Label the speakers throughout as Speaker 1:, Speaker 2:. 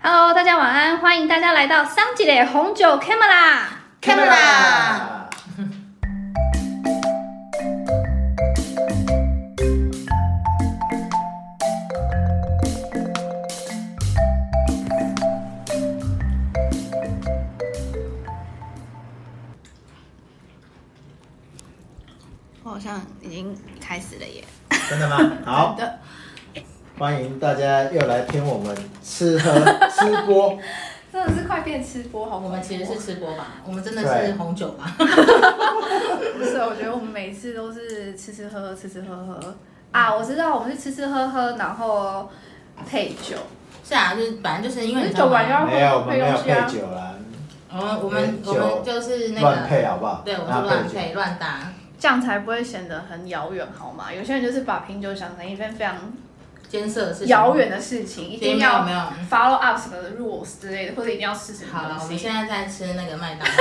Speaker 1: Hello，大家晚安，欢迎大家来到桑吉的红酒 Camera。
Speaker 2: Camera
Speaker 3: 我好像已经开始了耶。
Speaker 2: 真的吗？好，
Speaker 3: 的
Speaker 2: 欢迎大家又来听我们吃喝吃播。
Speaker 1: 真的是快变吃播，好恐怖
Speaker 4: 我们其实是吃播吧，我们真的
Speaker 2: 对
Speaker 4: 是红酒吧。
Speaker 1: 不是，我觉得我们每次都是吃吃喝喝，吃吃喝喝啊！我知道我们是吃吃喝喝，然后配酒，
Speaker 4: 是啊，就是反正就是因为
Speaker 1: 可
Speaker 4: 你
Speaker 1: 是
Speaker 4: 知
Speaker 1: 酒
Speaker 4: 道吗
Speaker 1: 玩意儿
Speaker 2: 没有，我们
Speaker 1: 配
Speaker 2: 没有
Speaker 1: 东西
Speaker 2: 配
Speaker 1: 啊
Speaker 2: 酒啦，
Speaker 4: 我们我们
Speaker 2: 酒
Speaker 4: 我们就是那
Speaker 2: 乱
Speaker 4: 个，
Speaker 2: 配好不好？啊
Speaker 4: 对，我们
Speaker 2: 那
Speaker 4: 是乱
Speaker 2: 酒。
Speaker 4: 配乱搭。
Speaker 1: 这样才不会显得很遥远，好吗？有些人就是把品酒想成一件非常
Speaker 4: 监测是
Speaker 1: 遥远的事情，一
Speaker 4: 一定
Speaker 1: 定
Speaker 4: 没有
Speaker 1: 要
Speaker 4: 没有。
Speaker 1: follow up 什么的 rules 之类的，或者一定要试什
Speaker 4: 好
Speaker 1: 么
Speaker 4: 了，我
Speaker 1: 东
Speaker 4: 们
Speaker 1: 西，
Speaker 4: 现在在吃那个麦当劳，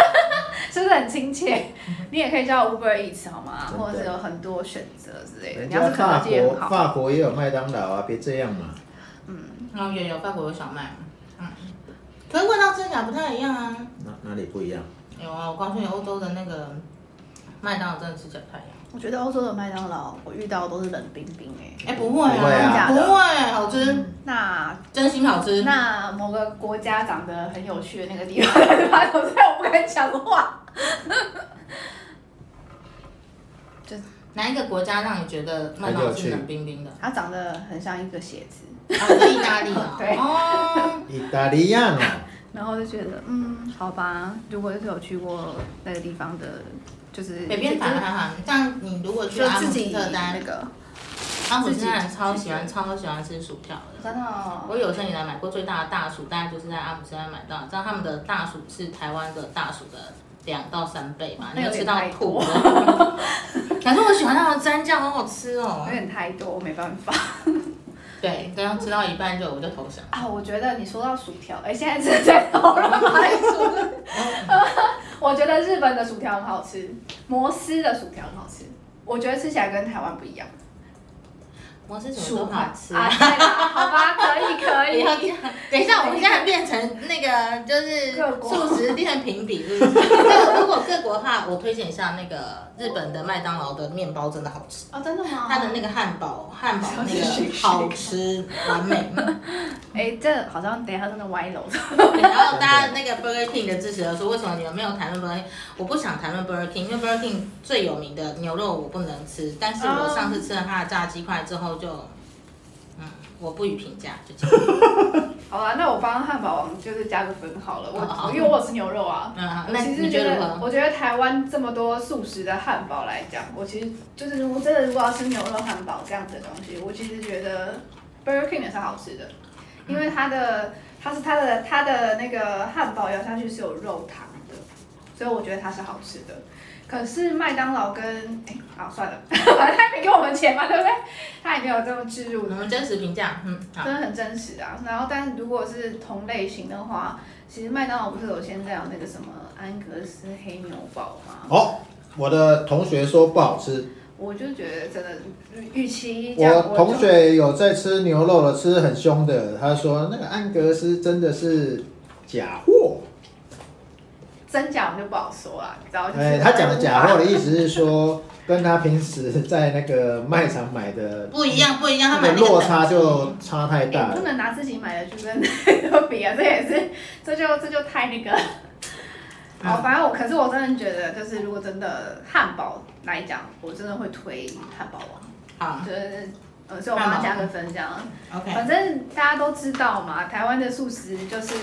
Speaker 1: 是不是很 亲切？你也可以叫 Uber Eats 好吗？
Speaker 2: 真的
Speaker 1: 或者是有很多选择之类的。
Speaker 2: 人
Speaker 1: 你要
Speaker 2: 家
Speaker 1: 是肯德
Speaker 2: 法
Speaker 1: 基也
Speaker 2: 国
Speaker 1: 很好。
Speaker 2: 法国也有麦当劳啊，别这样嘛。
Speaker 4: 然 哦后有有法国有小麦嘛，嗯，可是味道吃起来不太一样啊。
Speaker 2: 哪哪里不一样？
Speaker 4: 有啊，我告诉你，欧洲的那个麦当劳真的吃起来不太一样。
Speaker 1: 我觉得欧洲的麦当劳，我遇到的都是冷冰冰哎、
Speaker 4: 哎，不会
Speaker 2: 不会啊嗯
Speaker 4: 啊，不会，好吃，
Speaker 1: 那
Speaker 4: 真心好吃。
Speaker 1: 那某个国家长得很有趣的那个地方， 把口在我不敢讲话。
Speaker 4: 哪一个国家让你觉得麦当劳是冷冰冰的？
Speaker 1: 它长得很像一个鞋子，
Speaker 4: 啊，在意大利啊
Speaker 1: 。对
Speaker 4: 哦，
Speaker 2: 意大利啊亚呢？
Speaker 1: 然后就觉得嗯，好吧，如果是有去过那个地方的，就是
Speaker 4: 北边反而还好，像你如果去
Speaker 1: 就
Speaker 4: 阿姆
Speaker 1: 自
Speaker 4: 斯
Speaker 1: 己
Speaker 4: 特丹
Speaker 1: 那，个，
Speaker 4: 阿姆斯特丹超喜欢超喜欢吃薯条的。
Speaker 1: 真的哦、
Speaker 4: 我有生以来买过最大的大薯，大概就是在阿姆斯特丹买到，你知道他们的大薯是台湾的大薯的两到三倍嘛，
Speaker 1: 那
Speaker 4: 你
Speaker 1: 有
Speaker 4: 就
Speaker 1: 点
Speaker 4: 吃
Speaker 1: 太
Speaker 4: 到
Speaker 1: 多
Speaker 4: 吐。 可是我喜欢它的蘸酱，好好吃哦
Speaker 1: 有。点太多，我没办法
Speaker 4: 对，刚刚吃到一半就我就 投降。
Speaker 1: 啊！我觉得你说到薯条，哎、现在是在讨论排 除。我觉得日本的薯条很好吃，摩斯的薯条很好吃，我觉得吃起来跟台湾不一样。
Speaker 4: 我是什么都好吃。
Speaker 1: 啊，对啦好吧，可以 可
Speaker 4: 不
Speaker 1: 以
Speaker 4: 要。这样，等一下，我们现在变成那个就是
Speaker 1: 各国
Speaker 4: 素食店评比，是不 是？各如果各国的话，我推荐一下那个日本的麦当劳的面包真的好吃，
Speaker 1: 哦，真的吗？
Speaker 4: 它的那个汉堡汉堡那
Speaker 1: 小心
Speaker 4: 个好吃完 美。
Speaker 1: 哎、这好像等一下真的歪楼。
Speaker 4: 然后大家那个 Burger King 的支持者说，为什么你们没有谈论 Burger King？我不想谈论 Burger King，因为 Burger King 最有名的牛肉我不能吃，但是我上次吃了它的炸鸡块之后就，
Speaker 1: 哦
Speaker 4: 嗯，我不予评价，就这样。
Speaker 1: 好啦，那我帮汉堡王就是加个分好了。我、
Speaker 4: 好好
Speaker 1: 因为我有吃牛肉啊。
Speaker 4: 嗯，好
Speaker 1: 我
Speaker 4: 那
Speaker 1: 其实
Speaker 4: 你
Speaker 1: 觉
Speaker 4: 觉得如
Speaker 1: 得，
Speaker 4: 何？
Speaker 1: 我觉得台湾这么多素食的汉堡来讲，我其实就是如果真的如果要吃牛肉汉堡这样子的东西，我其实觉得 Burger King 也是好吃的，因为它的它是它的它的那个汉堡咬下去是有肉糖的，所以我觉得它是好吃的。可是麦当劳跟哎、啊算了， 反正他也没给我们钱嘛，对不对？他也没有这么置入
Speaker 4: 我们真实评价，嗯，好。
Speaker 1: 真的很真实啊。然后，但是如果是同类型的话，其实麦当劳不是有现在有那个什么安格斯黑牛堡吗？
Speaker 2: 哦，我的同学说不好吃，
Speaker 1: 我就觉得真的，与与其这样，
Speaker 2: 我
Speaker 1: 就
Speaker 2: 同学有在吃牛肉的，吃很凶的，他说那个安格斯真的是假货。
Speaker 1: 真假我们就不好说啦，你知道？就是、
Speaker 2: 哎，他讲的假货的意思是说，跟他平时在那个卖场买的
Speaker 4: 不一，样，不一样，
Speaker 2: 嗯那
Speaker 4: 他买
Speaker 2: 个
Speaker 4: 那个
Speaker 2: 落差
Speaker 4: 等级
Speaker 2: 就差太
Speaker 1: 哎、
Speaker 2: 大
Speaker 1: 不
Speaker 2: 了。
Speaker 1: 能拿自己买的去跟那个比啊，这也是，这就这就太那个。 好，反正我，可是我真的觉得，就是如果真的汉堡来讲，我真的会推汉堡王，
Speaker 4: 好
Speaker 1: 就是呃，所以我帮他加个分这样。
Speaker 4: ，OK，
Speaker 1: 反正大家都知道嘛，台湾的素食就是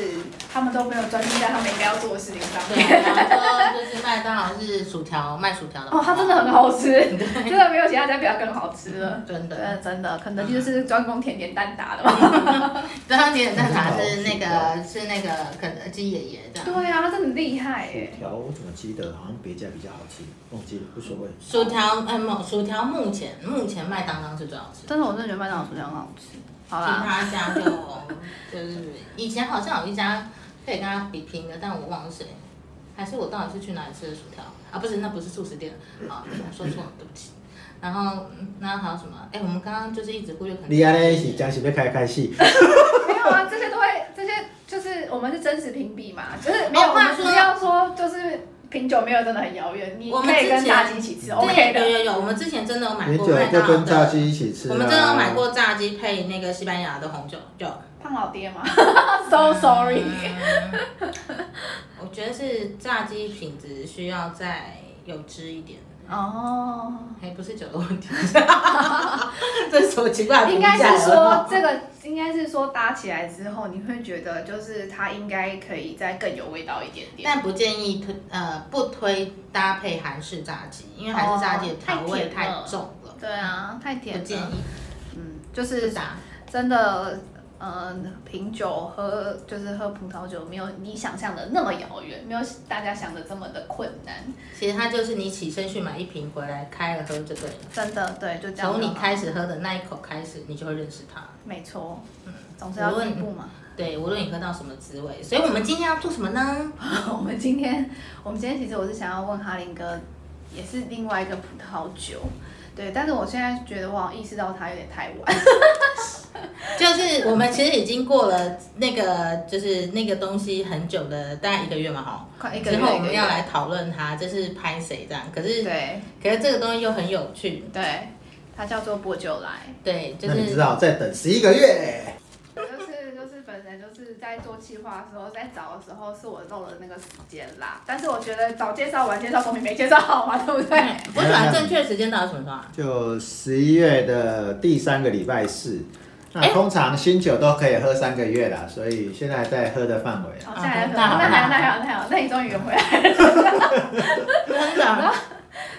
Speaker 1: 他们都没有专注在他们应该要做的事情上
Speaker 4: 对，
Speaker 1: 面。
Speaker 4: 然后就是麦当劳是薯条卖薯条的
Speaker 1: 哦，它真的很好吃，真的没有其他家比它更好吃了。
Speaker 4: 真
Speaker 1: 真
Speaker 4: 的，
Speaker 1: 的真的，肯德基就是专攻甜点蛋挞的嘛。
Speaker 4: 然后你的蛋挞
Speaker 2: 嗯
Speaker 4: 是那个是那个肯德基爷爷这样，
Speaker 1: 对啊，它真的很厉害
Speaker 2: 薯
Speaker 4: 哎
Speaker 1: 耶。
Speaker 2: 条我怎么记得好像别家比较好吃，忘记了，无所谓。
Speaker 4: 薯条哎，某薯条目前目前麦当当是最好吃的，
Speaker 1: 但是我真的觉得麦当劳薯条很好吃。好
Speaker 4: 其
Speaker 1: 啦，
Speaker 4: 他家就就是以前好像有一家可以跟他比拼的，但我忘了是谁，还是我到底是去哪里吃的薯条啊？不是，那不是素食店 啊，我说错了，对不起。然后嗯那还有什么？哎，我们刚刚就是一直忽略肯德基
Speaker 2: 你安尼
Speaker 4: 爷
Speaker 2: 是
Speaker 4: 爷。
Speaker 2: 讲是要开开戏，
Speaker 1: 没有啊，这些都会，这些就是我们是真实评比嘛，就是没有，
Speaker 4: 哦
Speaker 1: 我们
Speaker 4: 话
Speaker 1: 不
Speaker 4: 说
Speaker 1: 要说就是品酒没有真的很遥远，你
Speaker 4: 我们
Speaker 1: 可以
Speaker 4: 之
Speaker 1: 跟
Speaker 4: 前
Speaker 1: 炸鸡一起吃，OK
Speaker 4: 啊对，有
Speaker 1: 的。
Speaker 4: 有有，我们之前真的有买
Speaker 2: 米
Speaker 4: 过
Speaker 2: 酒
Speaker 4: 麦
Speaker 2: 就
Speaker 4: 当劳
Speaker 2: 跟炸
Speaker 4: 的，
Speaker 2: 鸡一起吃、啊。
Speaker 4: 我们真的有买过炸鸡配那个西班牙的红酒酒。
Speaker 1: 胖老爹嘛 ，so sorry。
Speaker 4: 嗯我觉得是炸鸡品质需要再有汁一点，
Speaker 1: 哦，
Speaker 4: 还不是酒的问题。 这是什么奇 怪的评
Speaker 1: 应该
Speaker 4: 价？
Speaker 1: 是说这个，应该是说搭起来之后，你会觉得就是它应该可以再更有味道一点点。
Speaker 4: 但不建议推呃不推搭配韩式炸鸡，因为韩式炸鸡的调味
Speaker 1: 哦太
Speaker 4: 太
Speaker 1: 甜了
Speaker 4: 重了，
Speaker 1: 对啊，太
Speaker 4: 不
Speaker 1: 甜
Speaker 4: 建
Speaker 1: 了。
Speaker 4: 议
Speaker 1: 嗯，就
Speaker 4: 不
Speaker 1: 是
Speaker 4: 搭。
Speaker 1: 真的，嗯，品酒喝就是喝葡萄酒，没有你想象的那么遥远，没有大家想的这么的困难。
Speaker 4: 其实它就是你起身去买一瓶回来开了喝就对了。
Speaker 1: 真的，对，就这样。
Speaker 4: 从你开，始喝的那一口开始，你就会认识它。
Speaker 1: 没错，总是要
Speaker 4: 嗯无论
Speaker 1: 进步嘛。
Speaker 4: 对，无论你喝到什么滋味，所以我们今天要做什么呢？
Speaker 1: 我们今天，我们今天其实我是想要问哈林哥，也是另外一个葡萄酒，对，但是我现在觉得我好像意识到它有点太晚。
Speaker 4: 就是我们其实已经过了那个，就是那个东西很久的，大概一个月嘛，哈。
Speaker 1: 快一个月
Speaker 4: 之后我
Speaker 1: 一个
Speaker 4: 们
Speaker 1: 月
Speaker 4: 要来讨论它，就是拍谁这样。可是，
Speaker 1: 对
Speaker 4: 可是这个东西又很有趣，
Speaker 1: 对，它叫做薄酒来，
Speaker 4: 对，就
Speaker 2: 那你知
Speaker 4: 是
Speaker 2: 道再等十一个月，
Speaker 1: 就是就是本来就是在做企划的时候，在找的时候是我漏了那个时间啦，但是我觉得早介绍晚介绍总比没介绍好嘛，对不对？
Speaker 4: 嗯我喜欢正确时间到底什么时候啊？
Speaker 2: 就十一月的第三个礼拜四。那
Speaker 4: 哎
Speaker 2: 通常新酒都可以喝三个月啦，所以现在还在喝的范围啊。
Speaker 1: 好，下
Speaker 4: 好
Speaker 1: 来喝，
Speaker 4: 那好
Speaker 1: 那
Speaker 4: 那好
Speaker 1: 还好那还好那还好，那你终于圆回来了。
Speaker 4: 真的，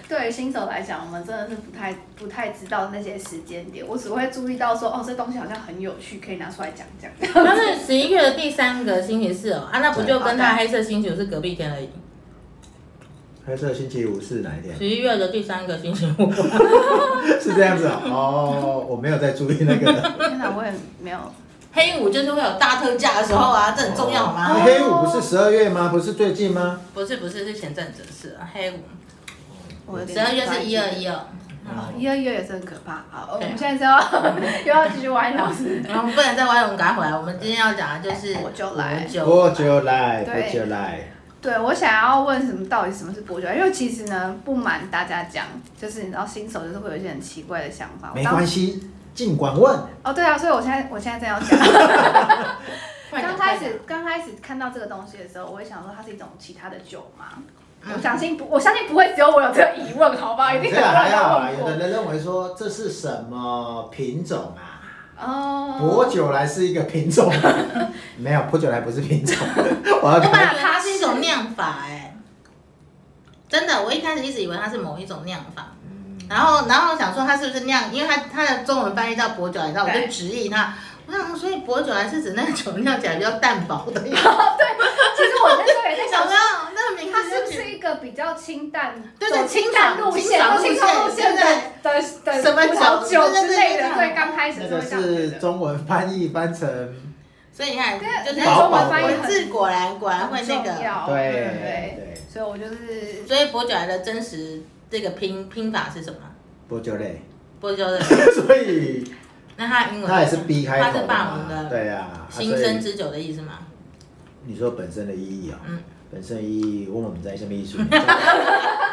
Speaker 1: 对于新手来讲，我们真的是不太不太知道那些时间点，我只会注意到说，哦，这东西好像很有趣，可以拿出来讲 讲。
Speaker 4: 它是十一月的第三个星期四哦，啊，那不就跟
Speaker 1: 好
Speaker 4: 它
Speaker 1: 的
Speaker 4: 黑色星期五是隔壁天而已。
Speaker 2: 黑色星期五是哪一天？
Speaker 4: 十一月的第三个星期五，
Speaker 2: 是这样子哦、哦，我没有在注意那个。
Speaker 1: 天哪，我也没有。
Speaker 4: 黑五就是会有大特价的时候啊，这很重要好吗？
Speaker 2: 哦黑五不是十二月吗？不是最近吗？
Speaker 4: 不是不是是前阵子的事啊，黑五，
Speaker 1: 我有点
Speaker 4: 十二月是一二一二。
Speaker 1: 哦，一二月也是很可怕。好，我
Speaker 4: 对啊
Speaker 1: 们现在是要又要 继续歪老师。
Speaker 4: 然后不能再歪了，我们赶快回来。我们今天要讲的就是
Speaker 1: 我就来
Speaker 4: 我就
Speaker 2: 我就来，
Speaker 1: 对
Speaker 2: 我就来。
Speaker 1: 对，我想要问什么？到底什么是伯爵？因为其实呢，不瞒大家讲，就是你知道新手就是会有一些很奇怪的想法。
Speaker 2: 没关
Speaker 1: 系。
Speaker 2: 系，尽管问。
Speaker 1: 哦，对啊，所以我现在我现在正要讲。
Speaker 4: 快点
Speaker 1: 刚开始刚开始看到这个东西的时候，我会想说它是一种其他的酒吗？我相信不，我相信不会只有我有这个疑问，好不好？一定
Speaker 2: 这
Speaker 1: 有人
Speaker 2: 个啊还好啦，
Speaker 1: 有问
Speaker 2: 有的
Speaker 1: 过。
Speaker 2: 人认为说这是什么品种啊？
Speaker 1: 哦，
Speaker 2: 薄酒来是一个品 种，没有薄酒来不是品种。我要
Speaker 4: 我本
Speaker 2: 看
Speaker 4: 来以为它是一种酿法哎、真的，我一开始一直以为它是某一种酿法，然后然后想说它是不是酿，因为它它的中文翻译叫薄酒来，然后我就
Speaker 1: 对
Speaker 4: 直译它。我想说，所以薄酒来是指那个酒酿起来比较淡薄 的。
Speaker 1: 其实我那时候也在
Speaker 4: 小
Speaker 1: 想
Speaker 4: 朋。友，那个名
Speaker 1: 它
Speaker 4: 字
Speaker 1: 是
Speaker 4: 就
Speaker 1: 不
Speaker 4: 取
Speaker 1: 是一个比较清淡，
Speaker 4: 对对
Speaker 1: 走
Speaker 4: 清
Speaker 1: 清
Speaker 4: 爽
Speaker 1: 淡路线，
Speaker 4: 清爽
Speaker 1: 走清
Speaker 4: 路
Speaker 1: 爽路
Speaker 4: 线
Speaker 1: 线的的的
Speaker 4: 什么
Speaker 1: 葡萄
Speaker 4: 酒
Speaker 1: 酒之类
Speaker 4: 对对对
Speaker 1: 的，对，刚开始
Speaker 2: 那
Speaker 1: 是会
Speaker 2: 个
Speaker 1: 这样觉
Speaker 2: 是
Speaker 1: 得。
Speaker 2: 中文翻译翻成
Speaker 4: 所以你看，
Speaker 1: 对
Speaker 4: 就是
Speaker 1: 那
Speaker 2: 中文翻译
Speaker 4: 文
Speaker 2: 很
Speaker 4: 字果然果然会那
Speaker 1: 很重
Speaker 4: 个。
Speaker 1: 要
Speaker 2: 对
Speaker 1: 对
Speaker 2: 对
Speaker 1: 所以我就是
Speaker 4: 所以薄酒来的真实这个拼拼法是什么？
Speaker 2: 薄酒类，
Speaker 4: 薄酒的，
Speaker 2: 所以
Speaker 4: 那它英文
Speaker 2: 它也是 B 开
Speaker 4: 它
Speaker 2: 头
Speaker 4: 是
Speaker 2: 的
Speaker 4: 霸王
Speaker 2: 嘛。
Speaker 4: 的
Speaker 2: 对啊，啊所
Speaker 4: 新生
Speaker 2: 以
Speaker 4: 之酒的意思吗？
Speaker 2: 你说本身的意义啊，
Speaker 4: 嗯
Speaker 2: 本身的意义问我们在什么 艺术？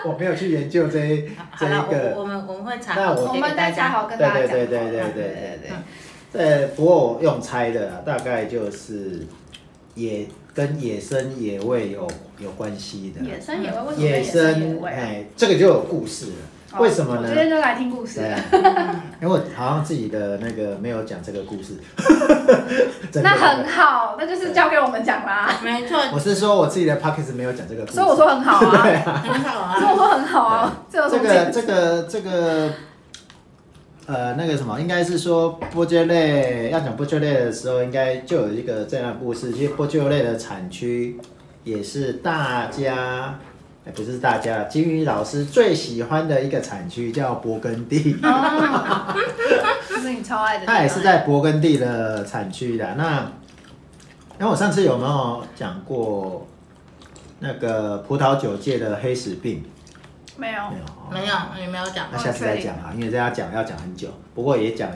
Speaker 2: 我没有去研究这一
Speaker 4: 好
Speaker 2: 这
Speaker 4: 了
Speaker 2: 一，
Speaker 4: 我我
Speaker 2: 个。
Speaker 4: 们我们会查，
Speaker 2: 那我
Speaker 1: 我们
Speaker 4: 大
Speaker 1: 大家好跟
Speaker 2: 对
Speaker 1: 大家
Speaker 2: 对
Speaker 1: 讲好
Speaker 2: 对对
Speaker 1: 了，
Speaker 2: 对对对
Speaker 1: 对对
Speaker 2: 对。呃，不过我用猜的啦，大概就是野跟野生野味有有关系的。
Speaker 1: 野生野味，为什么
Speaker 2: 嗯野
Speaker 1: 野生野
Speaker 2: 生
Speaker 1: 味啊？
Speaker 2: 哎，这个就有故事了。
Speaker 1: 好
Speaker 2: 为什么
Speaker 1: 我今天
Speaker 2: 呢？
Speaker 1: 就来听故事
Speaker 2: 对。 啊，因为我好像自己的那个没有讲这个故 事。真的
Speaker 1: 那很，好，那就是交给我们讲啦。
Speaker 4: 没错，
Speaker 2: 我是说我自己的 p o c k e t 没有讲这个故事。
Speaker 1: 所以我说很好啊，
Speaker 2: 对
Speaker 1: 所
Speaker 2: 啊，
Speaker 4: 很好
Speaker 1: 以我
Speaker 4: 啊。
Speaker 1: 说很好啊，这有什
Speaker 2: 这个
Speaker 1: 么解释？
Speaker 2: 这个这个。呃，那个什么，应该是说波切类要讲波切类的时候，应该就有一个这样的故事。其实波切类的产区也是大家，哎不是大家，金鱼老师最喜欢的一个产区叫勃艮第。
Speaker 1: 哦，这 是你超爱的地 方。
Speaker 2: 它也是在勃艮第的产区的。那，那我上次有没有讲过那个葡萄酒界的黑死病？
Speaker 1: 没有
Speaker 2: 没有哦，
Speaker 4: 没有，你没有讲
Speaker 2: 那。下次再
Speaker 4: 哦
Speaker 2: 讲啊，因为这要讲要讲很久，不过也讲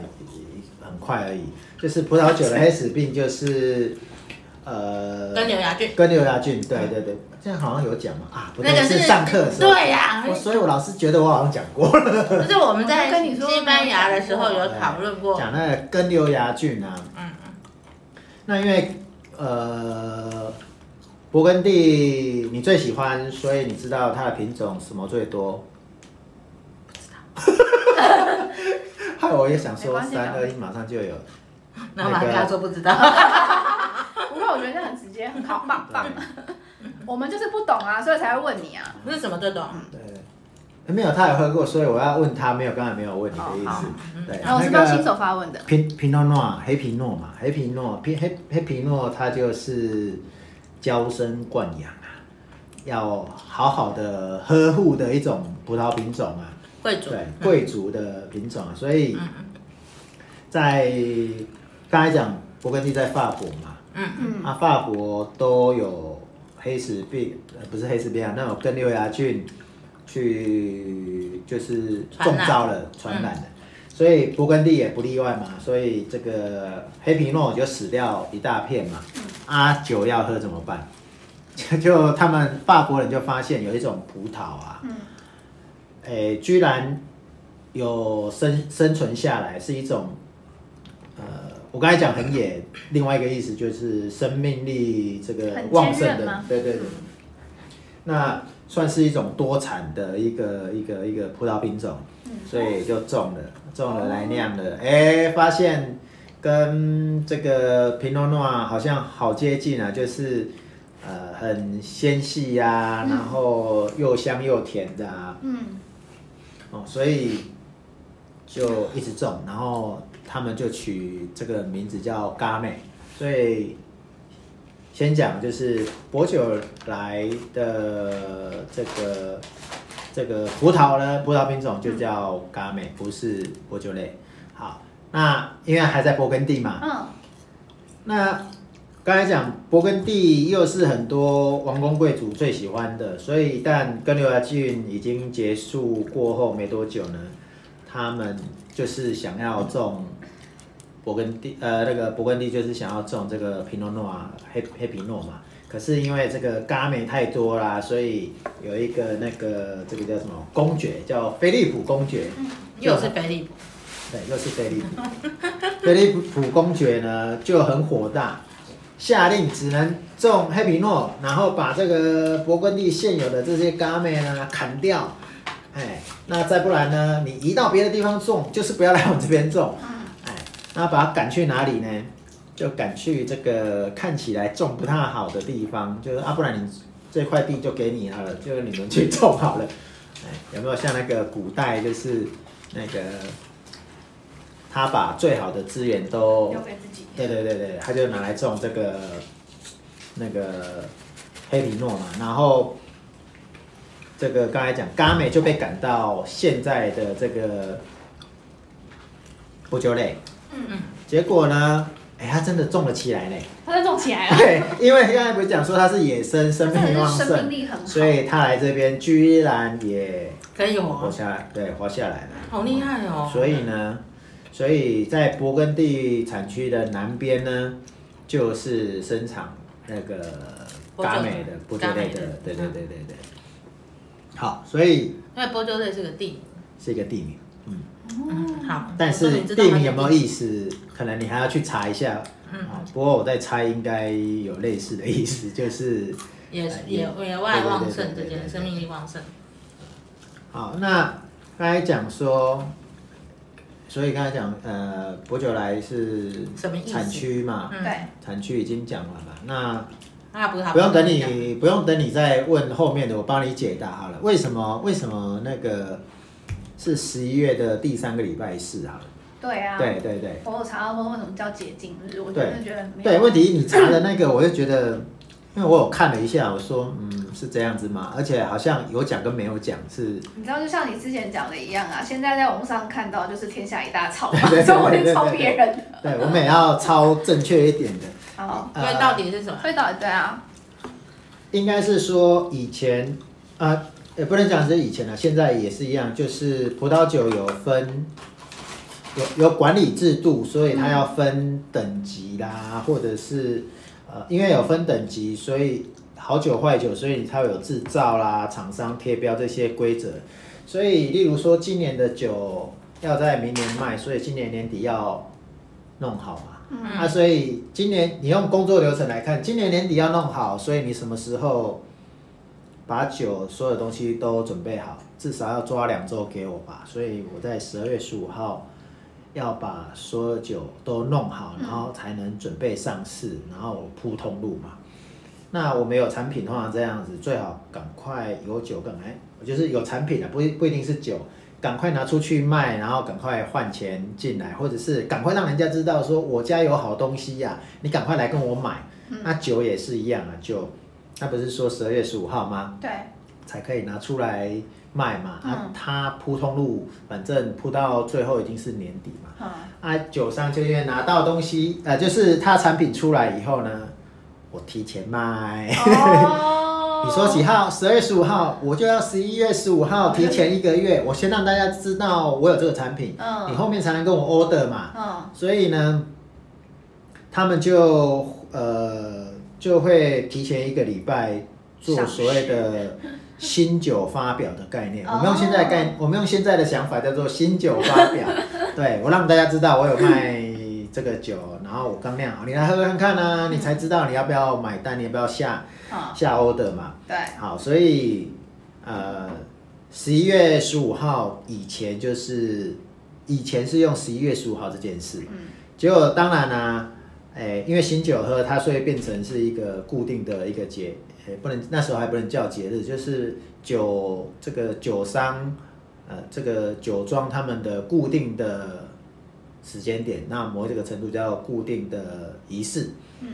Speaker 2: 很快而已。就是葡萄酒的黑死病，就是呃
Speaker 4: 跟刘雅俊。
Speaker 2: 跟刘亚俊，对对对，现在好像有讲嘛啊，不对，
Speaker 4: 那个
Speaker 2: 是上课的时候，
Speaker 4: 对啊呀、
Speaker 2: 我所以我老是觉得我好像讲过了，
Speaker 4: 就是我们在
Speaker 1: 我跟你说
Speaker 4: 西班牙的时候有讨论过，
Speaker 2: 讲那个跟刘亚俊啊，
Speaker 4: 嗯
Speaker 2: 那因为呃，勃艮第你最喜欢，所以你知道它的品种什么最多？不知道。害我也想
Speaker 1: 没
Speaker 2: 说
Speaker 1: 关系
Speaker 2: 三二一，马上就有。
Speaker 4: 嗯，然后马他说不知道，
Speaker 1: 不过我觉得这很直接，很好，棒棒。我们就是不懂啊，所以才会问你啊。
Speaker 4: 那是什么最懂？
Speaker 2: 对，对没有，他有喝过，所以我要问他，没有，刚才没有问你的意
Speaker 1: 哦好
Speaker 2: 思。对，
Speaker 1: 然后我是
Speaker 2: 那
Speaker 1: 帮
Speaker 2: 个
Speaker 1: 新手发问的，
Speaker 2: 皮皮诺诺，黑皮诺嘛，黑皮诺，皮黑黑皮诺，它就是娇生惯养啊，要好好的呵护的一种葡萄品种啊，
Speaker 4: 贵族嗯
Speaker 2: 对，贵族的品种啊，所以在刚才讲勃艮第在法国嘛，
Speaker 1: 嗯，
Speaker 2: 啊，法国都有黑死病，呃，不是黑死病啊，那种根瘤蚜菌去就是中招了、传
Speaker 4: 传
Speaker 2: 染嗯
Speaker 4: 染
Speaker 2: 了，所以勃艮第也不例外嘛。所以这个黑皮诺就死掉一大片嘛。啊，酒要喝怎么办？ 就就他们法国人就发现有一种葡萄啊，
Speaker 1: 嗯
Speaker 2: 诶、居然有生生存下来，是一种，呃，我刚才讲很野，另外一个意思就是生命力这个
Speaker 1: 很
Speaker 2: 旺
Speaker 1: 坚
Speaker 2: 盛
Speaker 1: 韧
Speaker 2: 的
Speaker 1: 吗，嗯
Speaker 2: 对对对，那算是一种多产的一个一个一个葡萄品种，
Speaker 1: 嗯
Speaker 2: 所以就种了，种了来酿
Speaker 1: 哦
Speaker 2: 了，诶，发现跟这个皮诺诺啊好像好接近啊，就是。呃，很纤细呀、然后又香又甜的啊，
Speaker 1: 嗯，
Speaker 2: 哦，所以就一直种，然后他们就取这个名字叫嘎美。所以先讲就是博酒来的这个这个葡萄呢，葡萄品种就叫嘎美，不是博酒类。好，那因为还在勃艮第嘛，
Speaker 1: 嗯，
Speaker 2: 那刚才讲勃艮第又是很多王公贵族最喜欢的，所以但跟刘亚俊已经结束过后没多久呢，他们就是想要种勃艮第，呃，那个勃艮第就是想要种这个皮诺诺啊，黑黑皮诺嘛。可是因为这个嘎美太多啦，所以有一个那个这个叫什么公爵，叫菲利普公爵，
Speaker 4: 又是菲利普，
Speaker 2: 对，又是菲利普。菲利普公爵呢就很火大，下令只能种黑皮诺，然后把这个勃艮第现有的这些嘎妹呢砍掉。哎，那再不然呢，你移到别的地方种，就是不要来我们这边种。哎，那把它赶去哪里呢？就赶去这个看起来种不太好的地方，就是啊，不然你这块地就给你好了，就是你们去种好了。哎，有没有像那个古代就是那个他把最好的资源都
Speaker 1: 留给自己。
Speaker 2: 哦对对对对，他就拿来种这个那个黑皮诺嘛，然后这个刚才讲嘎美就被赶到现在的这个波酒类，
Speaker 1: 嗯
Speaker 4: 嗯，
Speaker 2: 结果呢，哎，他真的种了起来呢，
Speaker 1: 它都种起来了，
Speaker 2: 对，因为刚才不是讲说它是野生，生
Speaker 1: 哎它真
Speaker 2: 命
Speaker 1: 的
Speaker 2: 旺
Speaker 1: 是生命
Speaker 2: 盛，
Speaker 1: 力很好，
Speaker 2: 所以他来这边居然也
Speaker 4: 可以
Speaker 2: 活
Speaker 4: 哦，
Speaker 2: 下来，对，活下来了。
Speaker 4: 好厉害哦。
Speaker 2: 所以呢，所以在勃艮第产区的南边呢，就是生产那个嘎美的波
Speaker 4: 波州
Speaker 2: 州
Speaker 4: 的
Speaker 2: 类的
Speaker 4: 嘎美的，
Speaker 2: 对对对对对。好，所以
Speaker 4: 因为波州队是个地
Speaker 2: 是一个地名，
Speaker 4: 名，好，
Speaker 2: 但
Speaker 4: 嗯我
Speaker 2: 是
Speaker 4: 终于知道它
Speaker 2: 地名有没有意
Speaker 4: 思？
Speaker 2: 思，可能你还要去查一下。
Speaker 4: 嗯
Speaker 2: 啊，不过我在猜应该有类似的意 思，就是
Speaker 4: 也
Speaker 2: 哎
Speaker 4: 也
Speaker 2: 也
Speaker 4: 也外旺
Speaker 2: 对对对
Speaker 4: 盛，
Speaker 2: 对
Speaker 4: 这
Speaker 2: 对
Speaker 4: 件生命力旺盛，
Speaker 2: 好，那刚才讲说，所以刚才讲呃，博九来是
Speaker 4: 什么意思
Speaker 2: 产区嘛，
Speaker 4: 嗯，
Speaker 1: 对，
Speaker 2: 产区已经讲完了，那
Speaker 4: 那不是好
Speaker 2: 不用等，你，不用等你再问后面的，我帮你解答好了。为什么？为什么那个是十一月的第三个礼拜四好了？
Speaker 1: 对啊，
Speaker 2: 对对对
Speaker 1: 我有查到问为什么叫解禁日，我
Speaker 2: 对
Speaker 1: 真的觉得没有
Speaker 2: 对，问题你查的那个，我就觉得，因为我有看了一下，我说嗯是这样子吗？而且好像有讲跟没有讲是，
Speaker 1: 你知道，就像你之前讲的一样啊，现在在网络上看到就是天下一大抄嘛
Speaker 2: 对 对对，
Speaker 1: 怎么 会抄别人的？
Speaker 2: 对我们也要抄正确一点的。
Speaker 1: 好，
Speaker 2: 呃
Speaker 4: 因为到底是什么？
Speaker 1: 所以到底对啊，
Speaker 2: 应该是说以前啊，也不能讲是以前了、现在也是一样，就是葡萄酒有分有有管理制度，所以它要分等级啦，或者是呃，因为有分等级，所以好酒坏酒，所以它有制造啦、厂商贴标这些规则。所以，例如说今年的酒要在明年卖，所以今年年底要弄好嘛。
Speaker 1: 嗯
Speaker 2: 啊，所以今年你用工作流程来看，今年年底要弄好，所以你什么时候把酒所有东西都准备好，至少要抓两周给我吧。所以我在十二月十五号要把所有酒都弄好，然后才能准备上市，然后铺通路嘛。那我们有产品的话，这样子最好赶快有酒赶快，就是有产品啊，不一不一定是酒，赶快拿出去卖，然后赶快换钱进来，或者是赶快让人家知道说我家有好东西呀、你赶快来跟我买。那酒也是一样啊，酒，那不是说十二月十五号吗？
Speaker 1: 对，
Speaker 2: 才可以拿出来卖嘛。啊，它铺通路，反正铺到最后已经是年底嘛。
Speaker 1: 嗯，
Speaker 2: 啊，酒商就因为拿到东西，呃，就是它产品出来以后呢，我提前卖。
Speaker 1: 哦
Speaker 2: 你说几号？十二月十五号，我就要十一月十五
Speaker 1: 哦
Speaker 2: 号提前一个月，我先让大家知道我有这个产品，
Speaker 1: 嗯
Speaker 2: 你后面才能跟我 order 嘛。
Speaker 1: 嗯
Speaker 2: 所以呢，他们就呃就会提前一个礼拜做所谓的新酒发表的概 念。
Speaker 1: 哦
Speaker 2: 我们用现在的概，我们用现在的想法叫做新酒发 表。对我让大家知道我有卖这个酒，然后我刚酿好，你来喝喝看看啊，你才知道你要不要买单，你要不要下
Speaker 1: 嗯，
Speaker 2: 下 order 嘛。
Speaker 1: 对，
Speaker 2: 好，所以呃，十一月十五号以前就是以前是用十一月十五号这件事，
Speaker 1: 嗯，
Speaker 2: 结果当然啦、诶、因为新酒喝它，所以变成是一个固定的一个节，诶、不能那时候还不能叫节日，就是酒这个酒商呃这个酒庄他们的固定的时间点，那某这个程度叫固定的仪式。
Speaker 1: 嗯，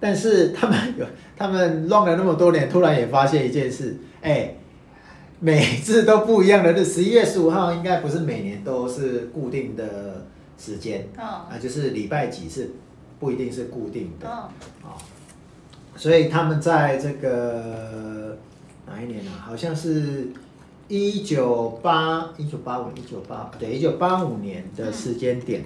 Speaker 2: 但是他们有， 他们弄了那么多年，突然也发现一件事，哎、每次都不一样的日，十一月十五号应该不是每年都是固定的时间
Speaker 1: 嗯，
Speaker 2: 啊，就是礼拜几是不一定是固定的哦，
Speaker 1: 嗯，
Speaker 2: 所以他们在这个哪一年啊？好像是一九八一九八五一九八对一九八五年的时间点，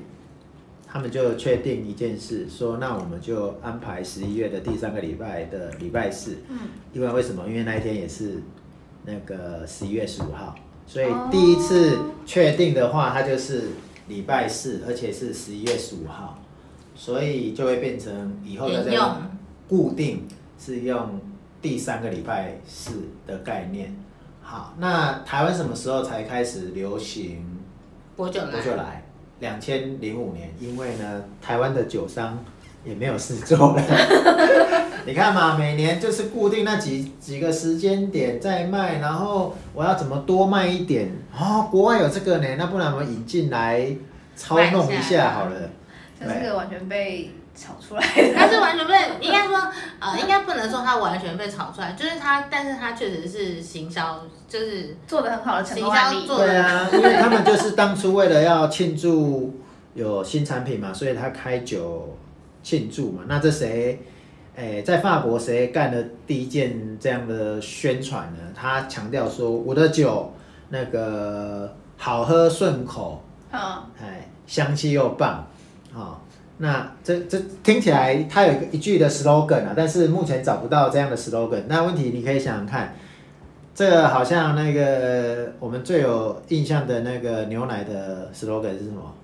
Speaker 2: 他们就确定一件事，说那我们就安排十一月的第三个礼拜的礼拜四，
Speaker 1: 嗯，
Speaker 2: 因为为什么？因为那一天也是那个十一月十五号，所以第一次确定的话，它就是礼拜四，而且是十一月十五号，所以就会变成以后的
Speaker 4: 沿用
Speaker 2: 固定是用第三个礼拜四的概念。好，那台湾什么时候才开始流行
Speaker 4: 我就来，
Speaker 2: 我就来，两千零五年，因为呢，台湾的酒商也没有事做了。 你看嘛，每年就是固定那几几个时间点在卖，然后我要怎么多卖一点？哦，国外有这个呢，那不然我们引进来操弄一下好了。
Speaker 1: 这是个完全被炒出来
Speaker 4: 它
Speaker 1: 的，
Speaker 4: 是完全被，应该说，呃，应该不能说它完全被炒出来，就是它，但是它确实是行销，就是
Speaker 1: 做的很好的成功案例
Speaker 4: 行销，做
Speaker 2: 对啊，因为他们就是当初为了要庆祝有新产品嘛，所以他开酒庆祝嘛。那这谁，诶、在法国谁干的第一件这样的宣传呢？他强调说我的酒那个好喝顺口，
Speaker 1: 嗯，
Speaker 2: 哎，香气又棒，哦，那这这听起来它有一个一句的 slogan 啊，但是目前找不到这样的 slogan。那问题你可以想想看，这个好像那个我们最有印象的那个牛奶的 slogan 是什么？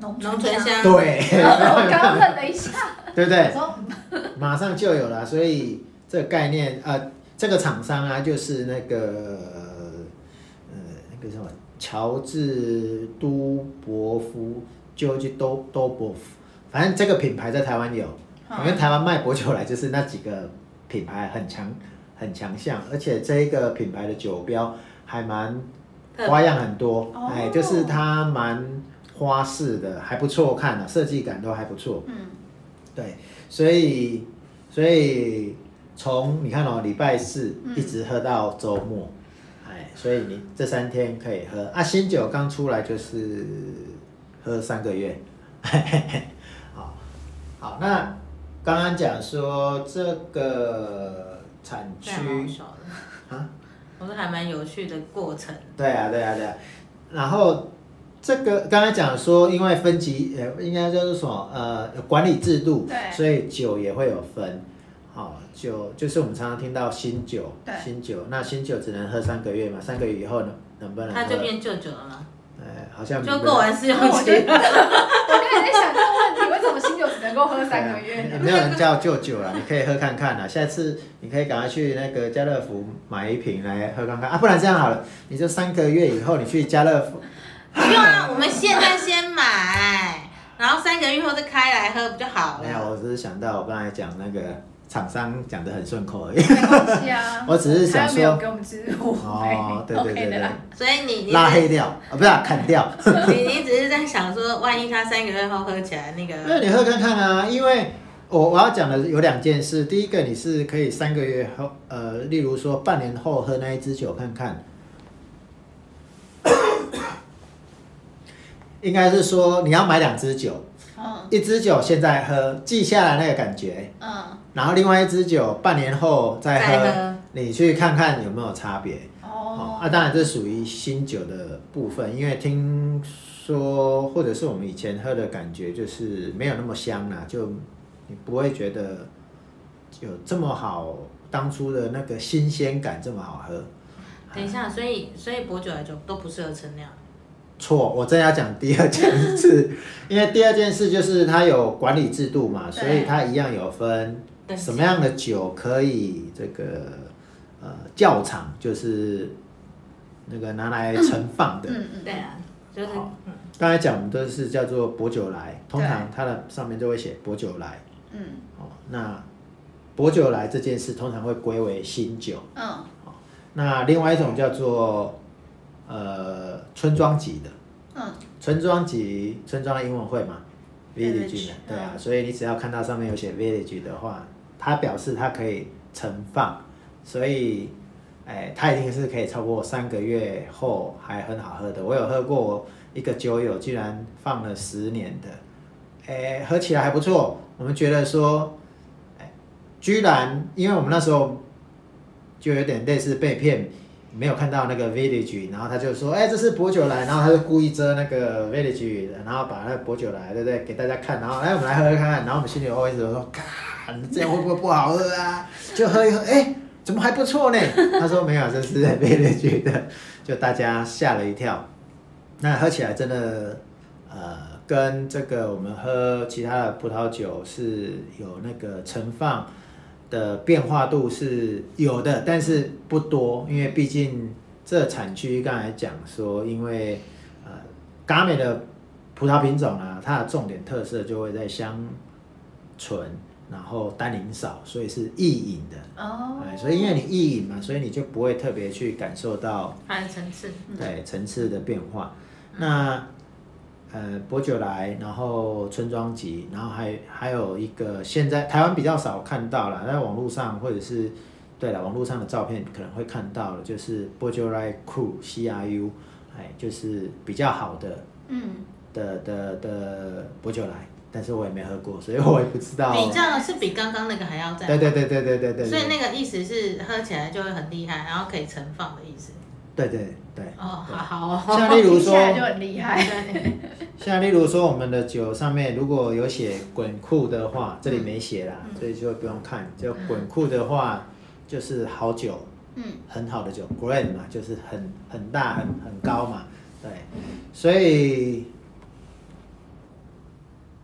Speaker 1: 农
Speaker 4: 农村
Speaker 1: 香，
Speaker 4: 香，
Speaker 2: 对，
Speaker 1: 我刚愣了一下，
Speaker 2: 对不对？
Speaker 1: 说
Speaker 2: 马上就有了，所以这个概念呃，这个厂商啊，就是那个呃那个什么乔治都伯夫 （George Do d o b o f 反正这个品牌在台湾有，因为台湾卖薄酒来就是那几个品牌很强很强项，而且这一个品牌的酒标还蛮花样很多
Speaker 1: 嗯哦，
Speaker 2: 哎，就是它蛮花式的，还不错看的、设计感都还不错。
Speaker 1: 嗯，
Speaker 2: 对，所以所以从你看哦，礼拜四
Speaker 1: 嗯
Speaker 2: 一直喝到周末，哎，所以你这三天可以喝啊。新酒刚出来就是喝三个月， 好，好，那刚刚讲说这个产
Speaker 4: 这还蛮好
Speaker 2: 区
Speaker 4: 笑的，
Speaker 2: 啊，
Speaker 4: 我说还蛮有趣的过程，
Speaker 2: 对啊，对啊，对啊，然后这个刚才讲说，因为分级呃，应该就是什么呃有管理制度，
Speaker 1: 对
Speaker 2: 所以酒也会有分。好、酒就是我们常常听到新酒
Speaker 1: 对，
Speaker 2: 新酒，那新酒只能喝三个月嘛，三个月以后能能不能喝？
Speaker 4: 他就变舅舅了吗？
Speaker 2: 哎，好像
Speaker 4: 就过完试用
Speaker 1: 那我就
Speaker 4: 期，
Speaker 1: 我刚才在想这个问题，为什么新酒只能够喝三
Speaker 2: 对
Speaker 1: 个
Speaker 2: 啊
Speaker 1: 月？
Speaker 2: 没有人叫舅舅啦，你可以喝看看啦。下次你可以赶快去那个家乐福买一瓶来喝看看啊，不然这样好了，你就三个月以后你去家乐福，
Speaker 4: 不用啊，我们现在先买，然后三个月后再开来喝不就好
Speaker 2: 没有，我
Speaker 4: 了？
Speaker 2: 只是想到我刚才讲那个厂商讲的很顺口而已。
Speaker 1: 没关系啊，
Speaker 2: 我只是想
Speaker 1: 他又没哦有
Speaker 2: 说
Speaker 1: 给我们植入，
Speaker 2: 哦，对对
Speaker 1: OK
Speaker 2: 对
Speaker 1: 的啦。
Speaker 2: 对，
Speaker 4: 所以你你
Speaker 2: 拉黑掉啊，不是啊砍 掉，
Speaker 4: 你你只是在想说，万一他三个月后喝起来那
Speaker 2: 那
Speaker 4: 个，
Speaker 2: 你喝看看啊，因为我我要讲的有两件事，第一个你是可以三个月后，呃，例如说半年后喝那一支酒看看， 应该是说你要买两支酒，
Speaker 1: 嗯
Speaker 2: 一支酒现在喝，记下来那个感觉，
Speaker 1: 嗯，
Speaker 2: 然后另外一支酒半年后再喝，
Speaker 4: 再喝
Speaker 2: 你去看看有没有差别。哦
Speaker 1: 哦，，
Speaker 2: 啊，当然这属于新酒的部分，因为听说或者是我们以前喝的感觉就是没有那么香啦，就你不会觉得有这么好当初的那个新鲜感这么好喝。
Speaker 4: 等一下，所以所以薄酒的酒都不适合陈酿。
Speaker 2: 错，我正要讲第二件事，因为第二件事就是它有管理制度嘛，所以
Speaker 1: 对
Speaker 2: 它一样有分
Speaker 4: 等级
Speaker 2: 什么样的酒可以这个呃窖藏，就是那个拿来盛放的。
Speaker 1: 嗯嗯，
Speaker 4: 对啊，就是
Speaker 2: 好
Speaker 4: 嗯
Speaker 2: 刚才讲我们都是叫做薄酒来，通
Speaker 1: 对
Speaker 2: 常它的上面就会写薄酒来
Speaker 1: 嗯
Speaker 2: 哦。那薄酒来这件事通常会归为新酒。
Speaker 1: 嗯
Speaker 2: 那另外一种叫做呃村庄级的，
Speaker 1: 嗯，
Speaker 2: 村庄级村庄的英文会吗
Speaker 1: Village，
Speaker 2: ？village 呢对啊，
Speaker 1: 嗯
Speaker 2: 所以你只要看到上面有写 village 的话，它表示它可以盛放，所以哎，它一定是可以超过三个月后还很好喝的。我有喝过一个酒友，居然放了十年的，哎，喝起来还不错。我们觉得说，哎，居然因为我们那时候就有点类似被骗，没有看到那个 village，然后他就说，哎、这是薄酒来，然后他就故意遮那个 village，然后把那个薄酒来，对不对？给大家看，然后哎、我们来喝喝看，然后我们心里 OS 说，干，这样会不会不好喝啊？就喝一喝，哎、怎么还不错呢？ 他说没有，这是 village 的，就大家吓了一跳。那喝起来真的，呃，跟这个我们喝其他的葡萄酒是有那个盛放的变化度是有的，但是不多，因为毕竟这产区刚才讲说，因为呃，嘎美的葡萄品种啊，它的重点特色就会在香醇，然后单宁少，所以是易饮的。
Speaker 1: 哦
Speaker 2: 哎，，所以因为你意淫嘛，所以你就不会特别去感受到
Speaker 4: 它的层次。
Speaker 2: 对层次的变化。那呃，薄酒来，然后村庄集，然后还还有一个现在台湾比较少看到了，在网络上或者是对了，网络上的照片可能会看到了，就是薄酒来 crew C R U，哎，就是比较好的
Speaker 1: 嗯，
Speaker 2: 的的的薄酒来，但是我也没喝过，所以我也不知道。
Speaker 4: 比较是比刚刚那个还要再好
Speaker 2: 对对对对对对对，
Speaker 4: 所以那个意思是喝起来就会很厉害，然后可以盛放的意思。
Speaker 2: 对对对，
Speaker 4: 哦，好好哦。
Speaker 2: 像例如
Speaker 1: 听起
Speaker 2: 说，
Speaker 1: 来就很厉害，
Speaker 2: 像例如说我们的酒上面如果有写滚库的话，这里没写啦，
Speaker 3: 嗯
Speaker 2: 所以就不用看。就滚库的话，就是好酒，
Speaker 1: 嗯，
Speaker 2: 很好的酒，grand 嘛，就是很很大很很高嘛，对。所以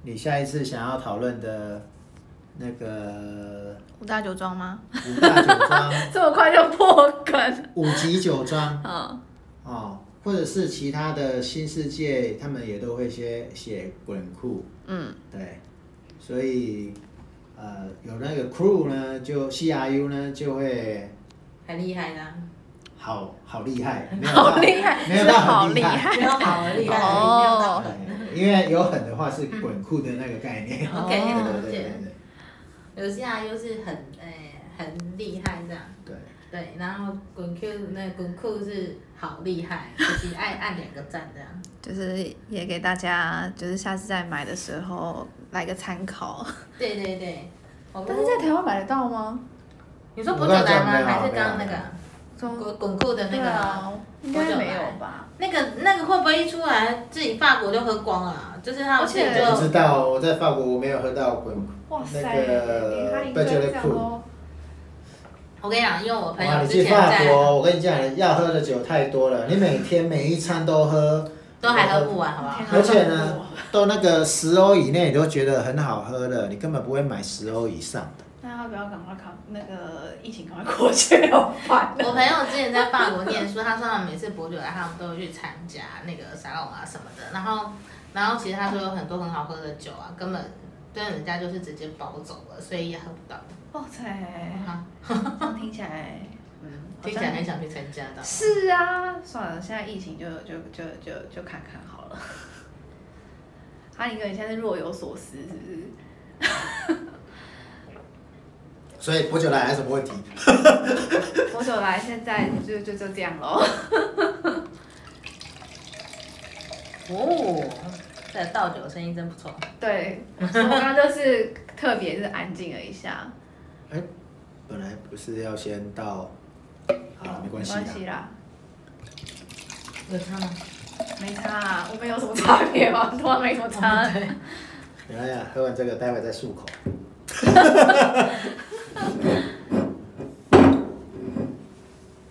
Speaker 2: 你下一次想要讨论的那个
Speaker 3: 五大酒庄吗？
Speaker 2: 五大酒庄、
Speaker 1: 这么快就破梗，
Speaker 2: 五级酒庄
Speaker 3: 嗯，
Speaker 2: 哦，或者是其他的新世界，他们也都会写写滚库。
Speaker 3: 嗯，
Speaker 2: 对，所以呃有那个 crew 呢，就 CRU 呢就会
Speaker 4: 很厉害啦，
Speaker 2: 好好厉 害，没有到
Speaker 3: 好厉害，
Speaker 2: 没有
Speaker 3: 是
Speaker 2: 到
Speaker 3: 好
Speaker 2: 很
Speaker 3: 厉
Speaker 2: 厉害。
Speaker 4: 没有好而厉害而已，没有到
Speaker 3: 哦。
Speaker 2: 对，因为有狠的话是滚酷的那个概念。
Speaker 4: 嗯 OK，
Speaker 2: 对对
Speaker 4: 了
Speaker 2: 对
Speaker 4: 解
Speaker 2: 对对
Speaker 4: 有些啊又是很诶、很厉害这样，
Speaker 2: 对，
Speaker 4: 对，然后滚 Q 那滚酷是好厉害，就是爱按两个赞这样。
Speaker 3: 就是也给大家，就是下次再买的时候来个参 考。
Speaker 4: 对对对，
Speaker 1: 但是在台湾买得到吗？
Speaker 2: 啊
Speaker 4: 你说不就来吗？还是刚刚那个？
Speaker 3: 什
Speaker 1: 中
Speaker 4: 滚滚酷的那
Speaker 1: 对
Speaker 4: 个吗
Speaker 1: 啊？，应该没有吧？
Speaker 4: 那个那个会不会一出来自己法国就喝光啊？就是他们自己
Speaker 1: 而
Speaker 2: 我
Speaker 1: 且对
Speaker 2: 不知
Speaker 4: 就
Speaker 2: 道，我在法国我没有喝到滚，
Speaker 1: 哇塞，
Speaker 2: 那个
Speaker 1: 连他一个
Speaker 2: Bachelor
Speaker 1: 人这样啊
Speaker 2: Pool
Speaker 1: 都
Speaker 4: 我跟你讲，因为我哦朋
Speaker 2: 哇！
Speaker 4: 友
Speaker 2: 你
Speaker 4: 之
Speaker 2: 去
Speaker 4: 前
Speaker 2: 法
Speaker 4: 在啊
Speaker 2: 国，我跟你讲，要喝的酒太多了，你每天每一餐都喝，
Speaker 4: 都还喝不完，好不好？
Speaker 2: 而且呢，都那个十欧以内，你都觉得很好喝了，你根本不会买十欧以上的。
Speaker 1: 那要不要赶快看那个疫情赶快过去？ 好烦
Speaker 4: 我
Speaker 1: 啊！
Speaker 4: 朋友之前在法国念书，他说他们每次博酒来，他们都会去参加那个沙龙啊什么的。然后，然后其实他说有很多很好喝的酒啊，根本跟人家就是直接包走了，所以也喝不到。
Speaker 1: 哇塞，
Speaker 2: 嗯
Speaker 4: 啊，
Speaker 1: 这哦样听起来，嗯，好
Speaker 4: 听起
Speaker 1: 像
Speaker 4: 来很想去参加的。
Speaker 1: 是啊，算了，现在疫情就就就就就看看好了。 阿林哥，你现在是若有所思，是不是？
Speaker 2: 所以波酒来还有什么问题？
Speaker 1: 我走来，现在就就就这样喽。
Speaker 4: 哦，这个倒酒声音真不错。
Speaker 1: 对，所以我刚刚就是特别就是安静了一下，
Speaker 2: 本来不是要先到，好了，没关
Speaker 1: 没
Speaker 2: 系啊
Speaker 1: 关
Speaker 2: 啦。
Speaker 1: 系啦，
Speaker 4: 有差吗？
Speaker 1: 没差、啊，我们有什么差别吗？ 突然没什么差。
Speaker 2: 等一下喝完这个，待会再漱口。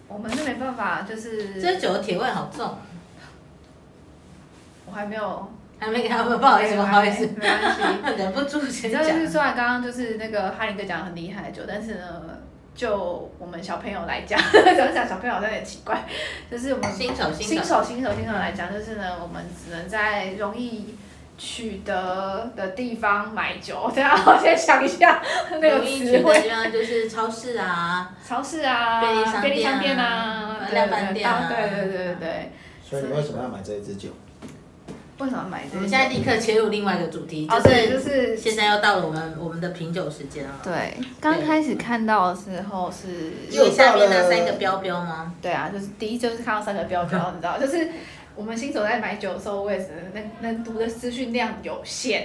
Speaker 1: 我们是没办法，就是
Speaker 4: 这酒的铁味好重，
Speaker 1: 我还没有，
Speaker 4: 还没给他们，不好意思，不好意思，
Speaker 1: 没关系。
Speaker 4: 忍不住先
Speaker 1: 但是
Speaker 4: 讲。
Speaker 1: 虽然刚刚就是那个哈林哥讲得很厉害的酒，但是呢，就我们小朋友来讲， 讲讲小朋友好像也奇怪，就是我们
Speaker 4: 新手，新
Speaker 1: 新
Speaker 4: 手，
Speaker 1: 手新手新手来讲，就是呢，我们只能在容易取得的地方买酒。等一下我先想一下那个
Speaker 4: 容易
Speaker 1: 词
Speaker 4: 取的
Speaker 1: 汇，
Speaker 4: 地方就是超市啊，
Speaker 1: 超市啊，
Speaker 4: 便利商
Speaker 1: 便利商
Speaker 4: 店
Speaker 1: 店
Speaker 4: 啊
Speaker 1: 啊，呃
Speaker 4: 量贩店啊
Speaker 1: 对对对对对对。
Speaker 2: 所以你为什么要买这一支酒？
Speaker 1: 为什么买
Speaker 4: 我
Speaker 1: 这
Speaker 4: 们
Speaker 1: 些
Speaker 4: 现在？立刻切入另外一个主题，
Speaker 1: 哦，
Speaker 4: 就
Speaker 1: 对，就是是
Speaker 4: 现在要到了我们我们的品酒时间了。
Speaker 3: 对，刚开始看到的时候是，
Speaker 4: 有下面那三个标标吗？
Speaker 1: 对啊，就是第一就是看到三个标准，你知道，就是我们新手在买酒的时候，我也是能能读的资讯量有限。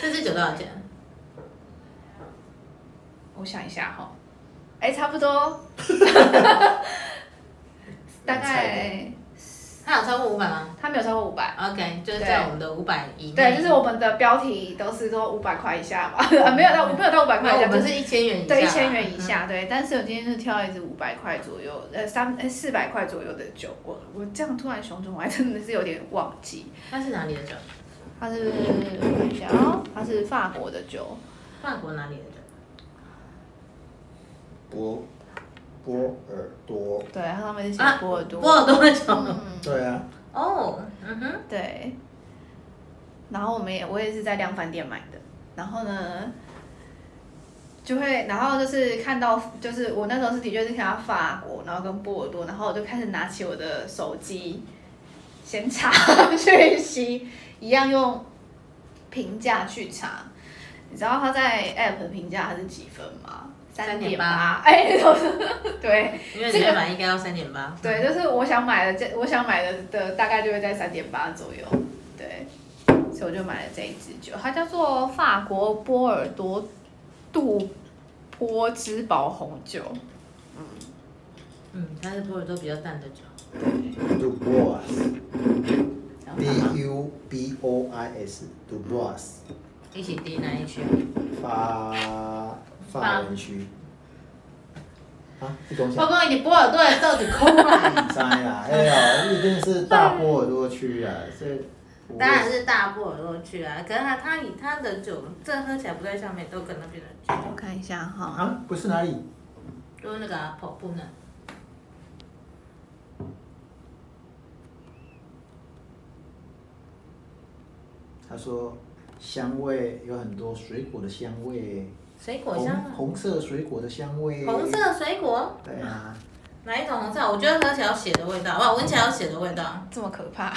Speaker 4: 这支酒多少钱？
Speaker 1: 我想一下哈，哎，差 不多，大概
Speaker 4: 它有超过五百吗
Speaker 1: 它没有超过五百。
Speaker 4: ？OK，就是在我们的五百以内。
Speaker 1: 对，就是我们的标题都是说五百块以下吧，啊 没有到没有到五百
Speaker 4: 嗯没有，
Speaker 1: 块以
Speaker 4: 我
Speaker 1: 下，就
Speaker 4: 们
Speaker 1: 是
Speaker 4: 是一千元以下。嗯
Speaker 1: 对一千元以。下，对。但是我今天是挑了一支五百块左右，呃三呃四百块左右的酒，我我这样突然熊中，我还真的是有点忘记。
Speaker 4: 嗯那是哪里的酒？
Speaker 1: 它是我看一下哦，它是法国的酒，
Speaker 4: 法国哪里的酒？
Speaker 2: 波波尔多。
Speaker 1: 对，它上面是写
Speaker 4: 啊
Speaker 1: 波尔多，
Speaker 4: 波尔多的酒。
Speaker 1: 嗯
Speaker 2: 对啊，
Speaker 4: 哦，嗯哼，
Speaker 1: 对。然后我们也我也是在量贩店买的，然后呢，就会然后就是看到就是我那时候是的确是看到法国，然后跟波尔多，然后我就开始拿起我的手机，先查 讯息，一样用评价去查。你知道它在 App 的评价它是几分吗？三点八，哎，对，
Speaker 4: 因为原本应该要三点八。
Speaker 1: 对，就是我想买的这，我想买的的大概就会在三点八左右，对，所以我就买了这一支酒，它叫做法国波尔多杜波之堡红酒，
Speaker 4: 嗯，它是波尔多比较淡的酒。
Speaker 2: 杜波尔斯
Speaker 1: 嗯
Speaker 4: 然后干嘛
Speaker 2: ，D U B O I S，杜波尔斯，
Speaker 4: 一起滴哪一啊区？
Speaker 2: 法法文区。啊，一共
Speaker 4: 包
Speaker 2: 想
Speaker 4: 括你波尔多的到底空了。
Speaker 2: 三啦，哎呀，一定是大波尔多区啊，这不会
Speaker 4: 当然是大波尔多去啊，可是它它以它的酒，这喝起来不太像美豆跟那边的酒，
Speaker 3: 我看一下哈，
Speaker 2: 啊，不是哪里？
Speaker 4: 就是那个、啊、跑步呢。
Speaker 2: 他说香味有很多水果的香味，
Speaker 4: 水果香
Speaker 2: 红
Speaker 4: 啊，
Speaker 2: 红色水果的香味，
Speaker 4: 红色水果，
Speaker 2: 对啊，
Speaker 4: 哪一种红色？我觉得喝起来有血的味道，哇，闻起来有血的味道。
Speaker 1: 这么可 怕，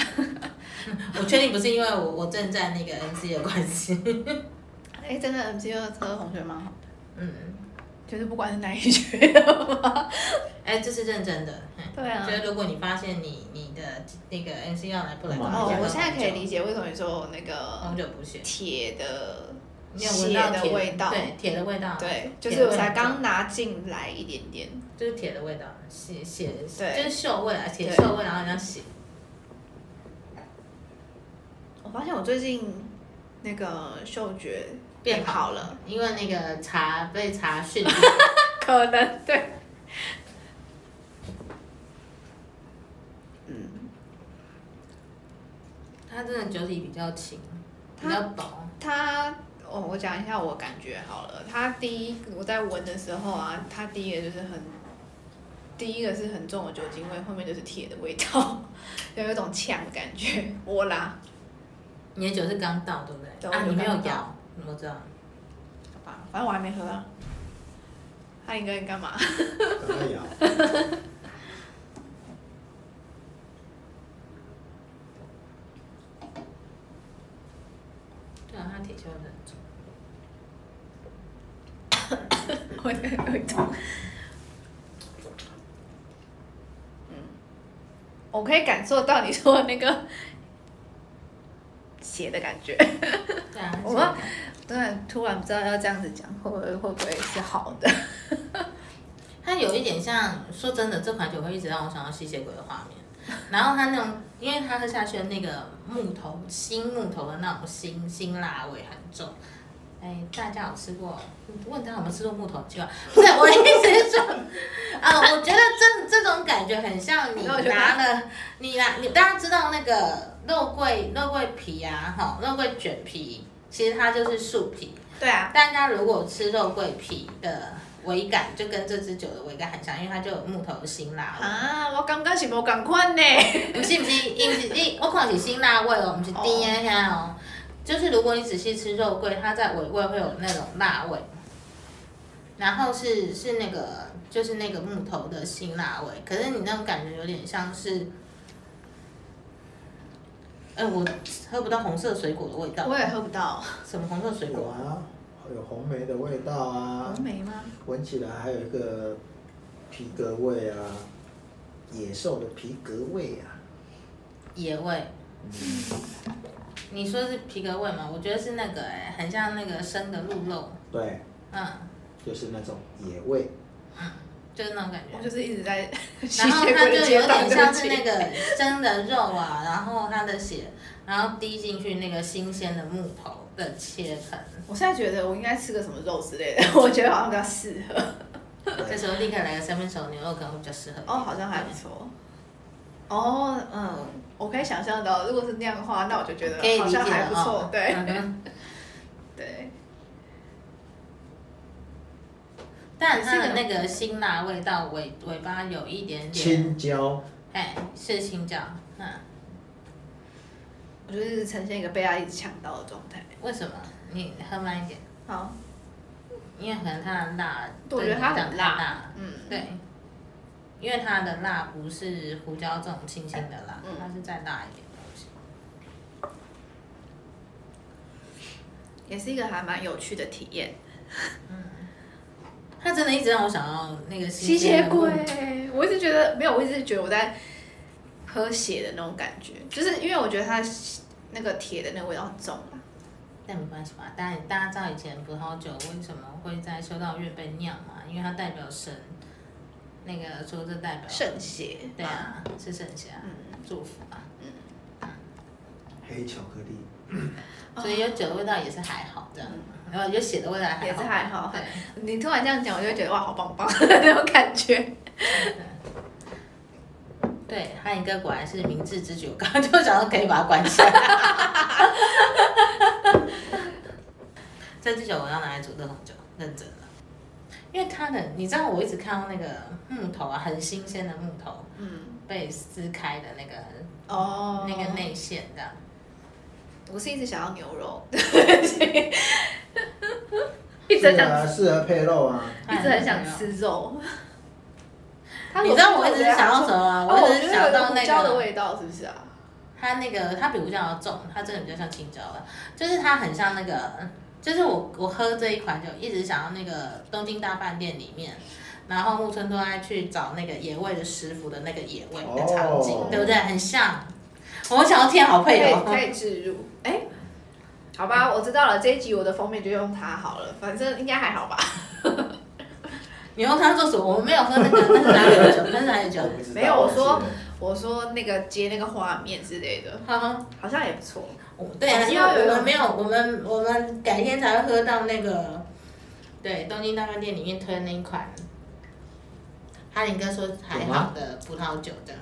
Speaker 4: 我确定不是因为我我正在那个 NC 的关系。
Speaker 1: 哎，真的 M G 二喝红酒蛮好，
Speaker 4: 嗯，
Speaker 1: 就是不管是哪一 区的吧，
Speaker 4: 哎，这是认真的。嗯
Speaker 1: 对啊
Speaker 4: 就是如果你发现你你的那个 NC 要来不来，
Speaker 2: 哦
Speaker 4: 赶快
Speaker 1: 哦
Speaker 4: 加，个
Speaker 1: 我现在可以
Speaker 4: 红酒
Speaker 1: 理解为什么你说那
Speaker 4: 红
Speaker 1: 个
Speaker 4: 酒不行。
Speaker 1: 铁的
Speaker 4: 你有闻到铁
Speaker 1: 血的味道
Speaker 4: 对，铁的味道，啊
Speaker 1: 对，就
Speaker 4: 铁
Speaker 1: 是
Speaker 4: 的
Speaker 1: 我
Speaker 4: 味
Speaker 1: 才
Speaker 4: 道
Speaker 1: 刚拿进来一点点，
Speaker 4: 就是铁的味道，血血
Speaker 1: 对
Speaker 4: 就是锈味啊，铁
Speaker 1: 对
Speaker 4: 锈味，然后好像血，
Speaker 1: 我发现我最近那个嗅觉
Speaker 4: 变好
Speaker 1: 好了，
Speaker 4: 因为那个茶被茶 熏。
Speaker 1: 可能对。
Speaker 4: 它真的酒体比较轻，比
Speaker 1: 它
Speaker 4: 较薄，
Speaker 1: 它，哦，我讲一下我感觉好了。它第一，我在闻的时候啊，它第一个就是很，第一个是很重的酒精味，后面就是铁的味道， 有一种呛的感觉。我啦，
Speaker 4: 你的酒是刚倒，对不对？
Speaker 1: 对
Speaker 4: 啊，
Speaker 1: 我就
Speaker 4: 你没有
Speaker 1: 刚倒
Speaker 4: 摇，我知道。
Speaker 1: 好吧，反正我还没喝啊。汉林哥，你干嘛？
Speaker 2: 可以啊。
Speaker 4: 对啊，它铁锈味很重。
Speaker 1: 我也有一种，嗯，嗯我可以感受到你说的那个血的感觉。
Speaker 4: 对啊，
Speaker 1: 我
Speaker 4: 们
Speaker 1: 们对，突然不知道要这样子讲，会不会会不会是好的？
Speaker 4: 它有一点像，说真的，这款酒会一直让我想到吸血鬼的画面。然后它那种，因为它喝下去的那个木头新木头的那种辛辛辣味很重。哎，大家有吃过？问他有没有吃过木头鸡吧？不是，我意思是说， 啊、我觉得这这种感觉很像你
Speaker 1: 那我觉得
Speaker 4: 拿了，你拿你大家知道那个肉桂肉桂皮啊，哈，肉桂卷皮，其实它就是树皮，
Speaker 1: 对啊，
Speaker 4: 大家如果吃肉桂皮的尾感，就跟这支酒的尾感很像，因为它就有木头辛辣味。
Speaker 1: 啊，我感觉是无共款呢。
Speaker 4: 不是不是，因为是因我看是辛辣味哦，不是甜的遐哦。就是如果你仔细吃肉桂，它在尾味会有那种辣味，然后是是那个就是那个木头的辛辣味，可是你那种感觉有点像是。哎、我喝不到红色水果的味道。
Speaker 1: 我也喝不到，
Speaker 4: 什么红色水
Speaker 2: 有
Speaker 4: 果？
Speaker 2: 啊，有红梅的味道啊，
Speaker 1: 梅吗？
Speaker 2: 闻起来还有一个皮革味啊，野兽的皮革味啊。
Speaker 4: 野味。
Speaker 2: 嗯，
Speaker 4: 你说是皮革味吗？我觉得是那个、欸，很像那个生的鹿肉，
Speaker 2: 对，
Speaker 4: 嗯，
Speaker 2: 就是那种野味。
Speaker 4: 就是那种感
Speaker 1: 我
Speaker 4: 觉。
Speaker 1: 就是一直在 吸
Speaker 4: 然后
Speaker 1: 血
Speaker 4: 它
Speaker 1: 鬼
Speaker 4: 就
Speaker 1: 的
Speaker 4: 有
Speaker 1: 阶段，
Speaker 4: 点
Speaker 1: 对
Speaker 4: 像
Speaker 1: 不
Speaker 4: 是
Speaker 1: 起
Speaker 4: 那个生的肉啊，然后它的血，然后滴进去那个新鲜的木头的切痕，
Speaker 1: 我现在觉得我应该吃个什么肉之类的，我 觉得好像比较适合。
Speaker 4: 这时候立刻来个三分熟牛肉可能会比较适合。
Speaker 1: 哦，好像还不错。哦，嗯，我可以想象到，如果是那样的话，那我就觉
Speaker 4: 可以
Speaker 1: 得好
Speaker 4: 理解
Speaker 1: 像还
Speaker 4: 了
Speaker 1: 不
Speaker 4: 哦
Speaker 1: 错。。对
Speaker 4: 嗯
Speaker 1: 对，
Speaker 4: 但它的那个辛辣味道尾尾巴有一点点，
Speaker 2: 青椒，
Speaker 4: 哎，是青椒，嗯，
Speaker 1: 我就是呈现一个被他一直抢到的状态。
Speaker 4: 为什么？你喝慢一点，
Speaker 1: 好，
Speaker 4: 因为可能它的辣，
Speaker 1: 我觉得它很辣
Speaker 4: 辣，
Speaker 1: 嗯，
Speaker 4: 对，因为它的辣不是胡椒这种清新的辣，
Speaker 1: 嗯
Speaker 4: 它是再辣一点的东西。
Speaker 1: 也是一个还蛮有趣的体验。
Speaker 4: 它真的一直让我想到那个
Speaker 1: 吸
Speaker 4: 鲜
Speaker 1: 血
Speaker 4: 的
Speaker 1: 鬼
Speaker 4: 木，
Speaker 1: 我一直觉得没有，我一直觉得我在喝血的那种感觉，就是因为我觉得它那个铁的那个味道很重嘛。
Speaker 4: 但没关系吧？大家大家知道以前葡萄酒为什么会在修道院被酿嘛？因为它代表神，那个说这代表
Speaker 1: 圣，血，
Speaker 4: 嗯对，啊，是圣血啊，
Speaker 1: 嗯，
Speaker 4: 祝福啊，
Speaker 2: 黑巧克力。
Speaker 1: 哦
Speaker 4: 所以有酒的味道也是还好这样，然后有血的味道还好
Speaker 1: 嗯也是还好
Speaker 4: 对。
Speaker 1: 你突然这样讲，我就会觉得哇，好棒 棒那种感觉。
Speaker 4: 对，汉一哥果然是明智之举，我 刚刚就想说可以把它关起来。 这支酒我要拿来煮热红酒，认真了，因为它的，你知道我一直看到那个木头啊，很新鲜的木头
Speaker 1: 嗯，
Speaker 4: 被撕开的那个、
Speaker 1: 哦
Speaker 4: 那个，内馅这样，
Speaker 1: 我是一直想要牛肉，
Speaker 4: 嗯
Speaker 1: 一直很
Speaker 2: 是
Speaker 1: 想
Speaker 2: 啊，
Speaker 1: 吃，
Speaker 2: 适合配肉啊。
Speaker 1: 一直很想。吃 肉。它
Speaker 4: 你知道我一直想到什么吗？
Speaker 1: 哦
Speaker 4: 我一直
Speaker 1: 觉得
Speaker 4: 想
Speaker 1: 有
Speaker 4: 到
Speaker 1: 胡
Speaker 4: 那
Speaker 1: 椒
Speaker 4: 个
Speaker 1: 的味道，是不是啊？
Speaker 4: 它那个它比胡椒要重，它真的比较像青椒了，就是它很像那个，就是我我喝这一款酒一直想要那个东京大饭店里面，然后木村拓哉去找那个野味的师傅的那个野味的场景，
Speaker 2: 哦
Speaker 4: 对不对？很像，我想要天好配
Speaker 1: 可以可
Speaker 4: 哦。
Speaker 1: 以置入。哎、好吧，我知道了，这一集我的封面就用它好了，反正应该还好吧。
Speaker 4: 你用它做什么？我们没有喝那个，那是哪里的酒？那是哪里的酒？
Speaker 2: 不知道
Speaker 1: 没有我说
Speaker 2: 是
Speaker 1: 我说那个接那个画面之类的，
Speaker 4: 哈哈，
Speaker 1: 好像也不错。
Speaker 4: 我对啊，因为我们没有，我们我们改天才会喝到那个，对，东京大饭店里面推的那一款，哈林哥说还好的葡萄酒这样。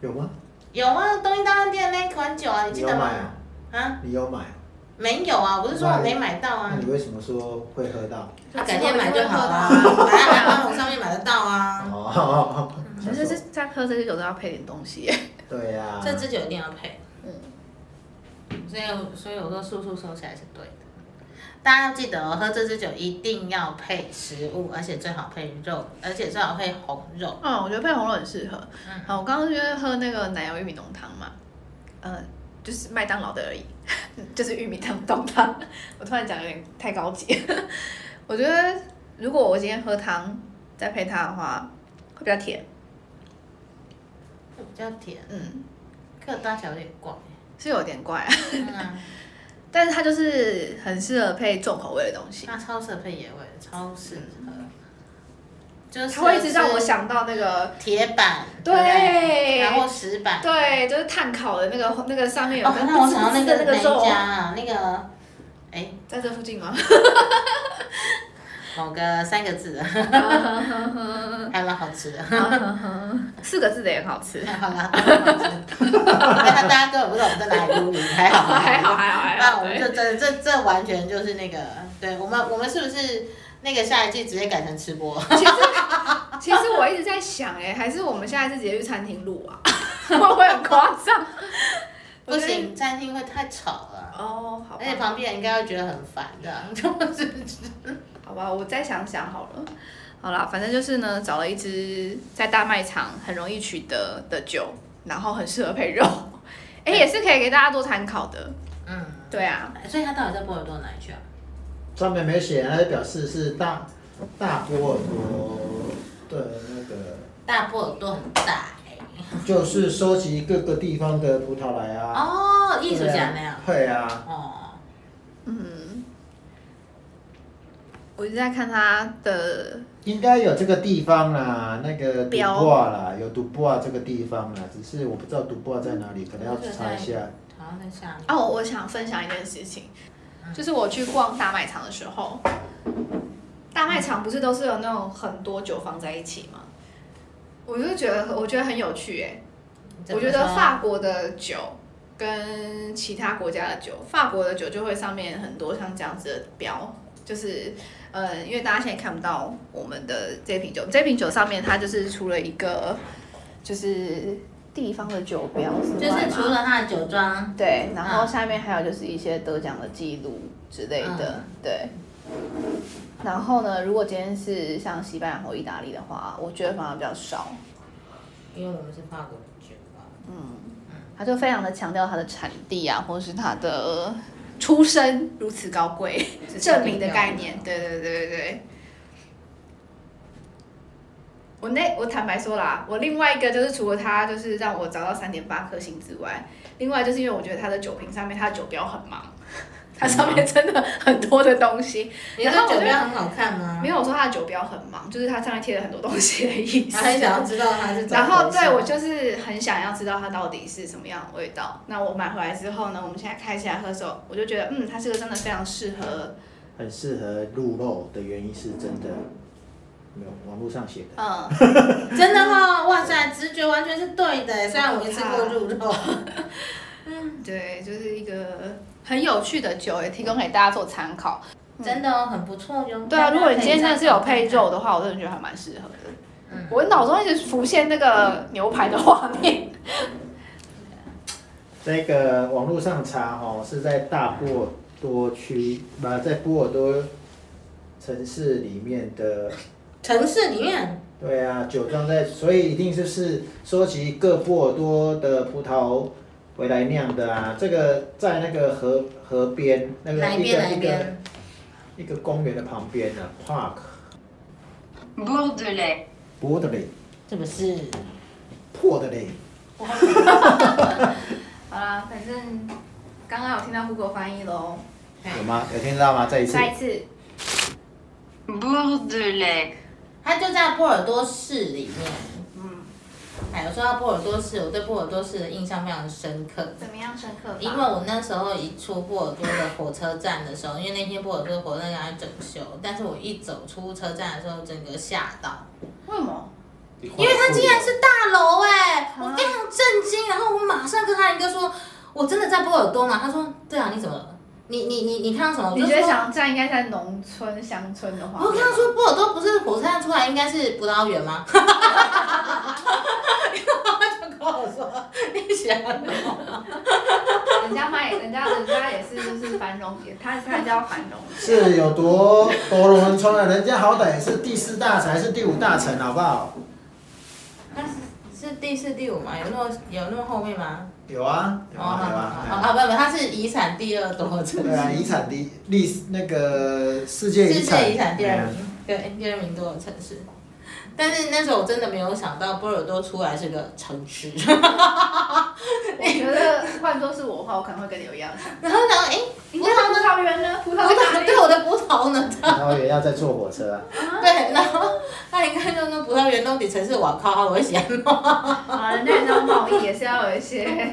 Speaker 2: 有吗？
Speaker 4: 有啊，东京大饭店那一款酒啊，你
Speaker 2: 你
Speaker 4: 记
Speaker 2: 有
Speaker 4: 得吗
Speaker 2: 买？啊？
Speaker 4: 啊，
Speaker 2: 你有买啊？
Speaker 4: 没有啊，我不是说我没买到
Speaker 2: 那
Speaker 4: 啊
Speaker 2: 你，为什么说会喝到？
Speaker 4: 他啊改天买就好了、啊，
Speaker 1: 就
Speaker 4: 本来海关红上面买得到啊，
Speaker 2: 哦，
Speaker 3: 其实是在喝这些酒都要配点东西耶，
Speaker 2: 对啊呀，
Speaker 4: 这支酒一定要配。嗯，所以我所以我说速速收起来是对的。大家要记得哦，喝这支酒一定要配食物，而且最好配肉，而且最好配红肉。
Speaker 3: 嗯，我觉得配红肉很适合。
Speaker 4: 嗯
Speaker 3: 好，我刚刚是因为喝那个奶油玉米浓汤嘛，呃，就是麦当劳的而已， 就是玉米汤浓汤。 我突然讲有点太高级， 我觉得如果我今天喝汤再配它的话，会比较甜。
Speaker 4: 比较甜，
Speaker 3: 嗯，
Speaker 4: 可大小有点怪。
Speaker 3: 是有点怪、啊，
Speaker 4: 嗯啊，
Speaker 3: 但是它就是很适合配重口味的东西。
Speaker 4: 那超适合配野味，超适合。就是
Speaker 1: 它会一直让我想到那个，
Speaker 4: 铁板，
Speaker 1: 对
Speaker 4: 不然后石板，
Speaker 1: 对，就是炭烤的那个那个上面有
Speaker 4: 哦，那我想到那
Speaker 1: 滋滋的
Speaker 4: 个
Speaker 1: 那
Speaker 4: 哪
Speaker 1: 个肉
Speaker 4: 一家
Speaker 1: 啊，
Speaker 4: 啊？那个，哎，
Speaker 1: 在这附近吗？
Speaker 4: 某个三个 字的，还蛮好吃的。
Speaker 3: 四个字的也很好吃。
Speaker 4: 好啦，还蛮好吃的 大家根本不知道我们在哪里录音，还 好吧
Speaker 1: 还好还好还
Speaker 4: 那
Speaker 1: 好，
Speaker 4: 我们
Speaker 1: 对
Speaker 4: 就真的这这完全就是那个，对我们我们是不是那个下一季直接改成吃播？
Speaker 1: 其实 其实我一直在想，哎，还是我们下一次直接去餐厅录啊， 会不会很夸张？
Speaker 4: 不行，餐厅会太吵了，
Speaker 1: 哦，好
Speaker 4: 而且
Speaker 1: 吧，
Speaker 4: 旁边人应该会觉得很烦的，就是
Speaker 1: 好吧，我再想想好了。
Speaker 3: 好啦，反正就是呢，找了一支在大卖场很容易取得的酒，然后很适合 配肉，
Speaker 1: 欸
Speaker 3: 哎、也是可以给大家做参考的。
Speaker 4: 嗯。
Speaker 3: 对啊，
Speaker 4: 所以他到底在波尔多哪里去啊？
Speaker 2: 上面没写，那就表示是大大波尔多的那个，
Speaker 4: 大波尔多很大哎、
Speaker 2: 就是收集各个地方的葡萄来啊。对
Speaker 4: 哦，
Speaker 2: 啊
Speaker 4: 艺术家那样。
Speaker 2: 会啊，
Speaker 4: 哦，
Speaker 3: 嗯，我一直在看他的，
Speaker 2: 应该有这个地方啦，那个杜
Speaker 3: 标
Speaker 2: 博啦，有杜博啊这个地方啦，只是我不知道杜博在哪里，可能要查一下。
Speaker 4: 好像在下面。
Speaker 3: 哦，我我想分享一件事情，
Speaker 4: 嗯
Speaker 3: 就是我去逛大卖场的时候，
Speaker 1: 大卖场不是都是有那种很多酒放在一起吗？我就觉得我觉得很有趣哎、
Speaker 4: 怎
Speaker 1: 我
Speaker 4: 么
Speaker 1: 觉得
Speaker 4: 说啊
Speaker 1: 法国的酒跟其他国家的酒，法国的酒就会上面很多像这样子的标，就是呃，因为大家现在看不到我们的这瓶酒，这瓶酒上面它就是出了一个就是地方的酒标，
Speaker 4: 就是除
Speaker 1: 吗
Speaker 4: 了他的酒庄，
Speaker 1: 对，然后
Speaker 4: 嗯
Speaker 1: 下面还有就是一些得奖的记录之类的
Speaker 4: 嗯，
Speaker 1: 对。然后呢，如果今天是像西班牙或意大利的话，我觉得反而比较少。
Speaker 4: 因为我们是法国酒庄，
Speaker 1: 他就非常的强调它的产地啊，或是它的出身如此高 贵，证明的概念。对对对对对。我那我坦白说啦，我另外一个就是除了它就是让我找到三点八颗星之外，另外就是因为我觉得它的酒瓶上面它的酒标很 忙，它上面真的很多的东西。
Speaker 4: 你的
Speaker 1: 然后我
Speaker 4: 酒
Speaker 1: 就
Speaker 4: 标很好看吗
Speaker 1: 没？有我说它的酒标很忙，就是它上面贴了很多东西的意思。啊
Speaker 4: 他很想要知道他是怎么
Speaker 1: 然
Speaker 4: 回事。
Speaker 1: 后对我就是很想要知道它到底是什么样的味道。那我买回来之后呢，我们现在开起来喝的时候，我就觉得，嗯，它这个真的非常适合，
Speaker 2: 很适合鹿肉的原因是真的，没有网络上写的。
Speaker 1: 嗯，
Speaker 4: 真的哈、哇塞，直觉完全是对的耶。虽然我没吃过鹿肉，
Speaker 1: 对，就是一个很有趣的酒，也提供给大家做参考。
Speaker 4: 真的哦，很不错哟。
Speaker 1: 对啊，如果你
Speaker 4: 大家可以
Speaker 1: 今天真的是有配
Speaker 4: 参考
Speaker 1: 肉的话，我真的觉得还蛮适合的。
Speaker 4: 嗯
Speaker 1: 我脑中一直浮现那个牛排的画面。
Speaker 2: 这个网络上查哦，是在大波尔多区，不、在波尔多城市里面的，
Speaker 4: 看城市里面，
Speaker 2: 对啊，酒庄在，所以一定就是收集各波尔多的葡萄回来酿的啊。这个在那个河河边，那个
Speaker 4: 哪一
Speaker 2: 一
Speaker 4: 边
Speaker 2: 个
Speaker 4: 哪一
Speaker 2: 一个
Speaker 4: 边？
Speaker 2: 一个公园的旁边啊，park
Speaker 5: Bourdelais,
Speaker 2: 波的嘞，
Speaker 4: 是不是？
Speaker 2: 破的嘞，
Speaker 1: 好啦，反正刚刚有听到 Google 翻译喽，
Speaker 4: 哎
Speaker 2: 有吗？有听到吗？再一次
Speaker 3: 下，一次
Speaker 5: Bourdelais.
Speaker 4: 它就在波尔多市里面。
Speaker 1: 嗯，
Speaker 4: 哎，我说到波尔多市，我对波尔多市的印象非常深刻。
Speaker 3: 怎么样深刻法？
Speaker 4: 因为我那时候一出波尔多的火车站的时候，因为那天波尔多火车站在整修，但是我一走出车站的时候，整个吓到，
Speaker 1: 为什么？
Speaker 4: 因为它竟然是大楼哎、
Speaker 1: 哦
Speaker 4: 我非常震惊。然后我马上跟他一个说，我真的在波尔多嘛？他说，对啊，你怎么了？你你你你看到什么？我
Speaker 1: 你
Speaker 4: 哦就
Speaker 1: 觉得
Speaker 4: 说
Speaker 1: 想这样应该在农村乡村的话，
Speaker 4: 我跟他说，波尔多不是火车站出来应该是葡萄园吗？ 然后他就跟我说，你想我
Speaker 1: 人家卖，人家人家也是就是繁荣，他他叫繁 荣，
Speaker 2: 是有多多罗文村啊？人家好歹也是第四大城，还是第五大城，好不好？
Speaker 4: 他是 是第四第五吗？有那么有那么后面吗？
Speaker 2: 有啊，有
Speaker 4: 哦，
Speaker 2: 啊，有
Speaker 4: 好
Speaker 2: 啊。
Speaker 4: 好，不不，它是遗产第二多城
Speaker 2: 对啊，
Speaker 4: 市，
Speaker 2: 遗产第历史那个世界
Speaker 4: 世
Speaker 2: 遗产，
Speaker 4: 界遗产第二
Speaker 2: 嗯
Speaker 4: 名，对，啊第二名多的城市。但是那时候我真的没有想到波尔多出来是个城市，
Speaker 1: 我觉得换作是我的话，我可能会跟你有一样的想法。
Speaker 4: 然后呢，哎，
Speaker 1: 你看葡萄园呢？葡萄
Speaker 4: 葡萄
Speaker 1: 园
Speaker 4: 哦对我的葡萄呢？
Speaker 2: 啊然后也要再坐火 车啊。
Speaker 4: 对，然后他应该就跟葡萄园到底城市，我靠，我喜欢
Speaker 1: 啊，人家也知道贸易也是要有一些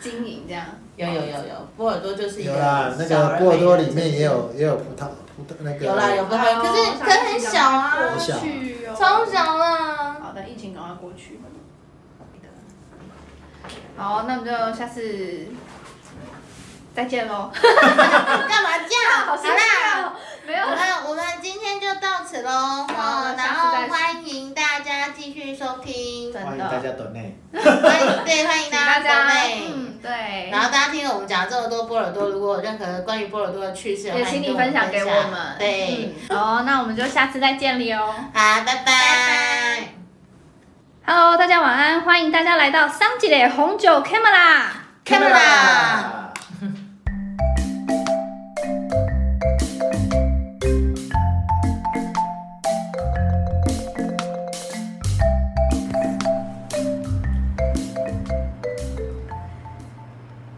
Speaker 1: 经营这样。
Speaker 4: 有有有有，波尔多就是一个
Speaker 2: 有啦，那
Speaker 4: 小
Speaker 2: 个
Speaker 4: 而
Speaker 2: 波尔多
Speaker 4: 美的
Speaker 2: 里面
Speaker 4: 城市
Speaker 2: 也有也有葡萄葡萄那个。
Speaker 4: 有啦有葡萄
Speaker 1: 哦
Speaker 4: 园，可是可是很小啊
Speaker 2: 很，小
Speaker 1: 去哦
Speaker 4: 超。小啦。
Speaker 1: 好的，疫情赶快过去。
Speaker 3: 好，那我们就下次再见喽。
Speaker 4: 干嘛这样？好
Speaker 3: 辛苦
Speaker 1: 啊
Speaker 4: 啦，
Speaker 3: 没有
Speaker 4: 我们我们今天就到此喽，哦，然
Speaker 3: 下次再
Speaker 4: 后欢迎大家继续收听，
Speaker 3: 真
Speaker 2: 欢迎大
Speaker 3: 的，
Speaker 2: 家抖内。
Speaker 4: 欢迎对欢迎
Speaker 3: 请大
Speaker 4: 大
Speaker 3: 家
Speaker 4: 家收听。
Speaker 3: 嗯对
Speaker 4: 然，后大家听了我们讲这么多波尔多，如果有任何关于波尔多的趣事，
Speaker 3: 也
Speaker 4: 欢
Speaker 3: 请你
Speaker 4: 迎跟我
Speaker 3: 分
Speaker 4: 们
Speaker 3: 享给我
Speaker 4: 享
Speaker 3: 们。
Speaker 4: 对，
Speaker 3: 嗯，
Speaker 1: 哦
Speaker 3: 好，那我们就下次再见了哦。
Speaker 4: 好，拜拜。
Speaker 3: Hello，大家晚安，欢迎大家来到桑吉的红酒 Camera。
Speaker 4: Camera。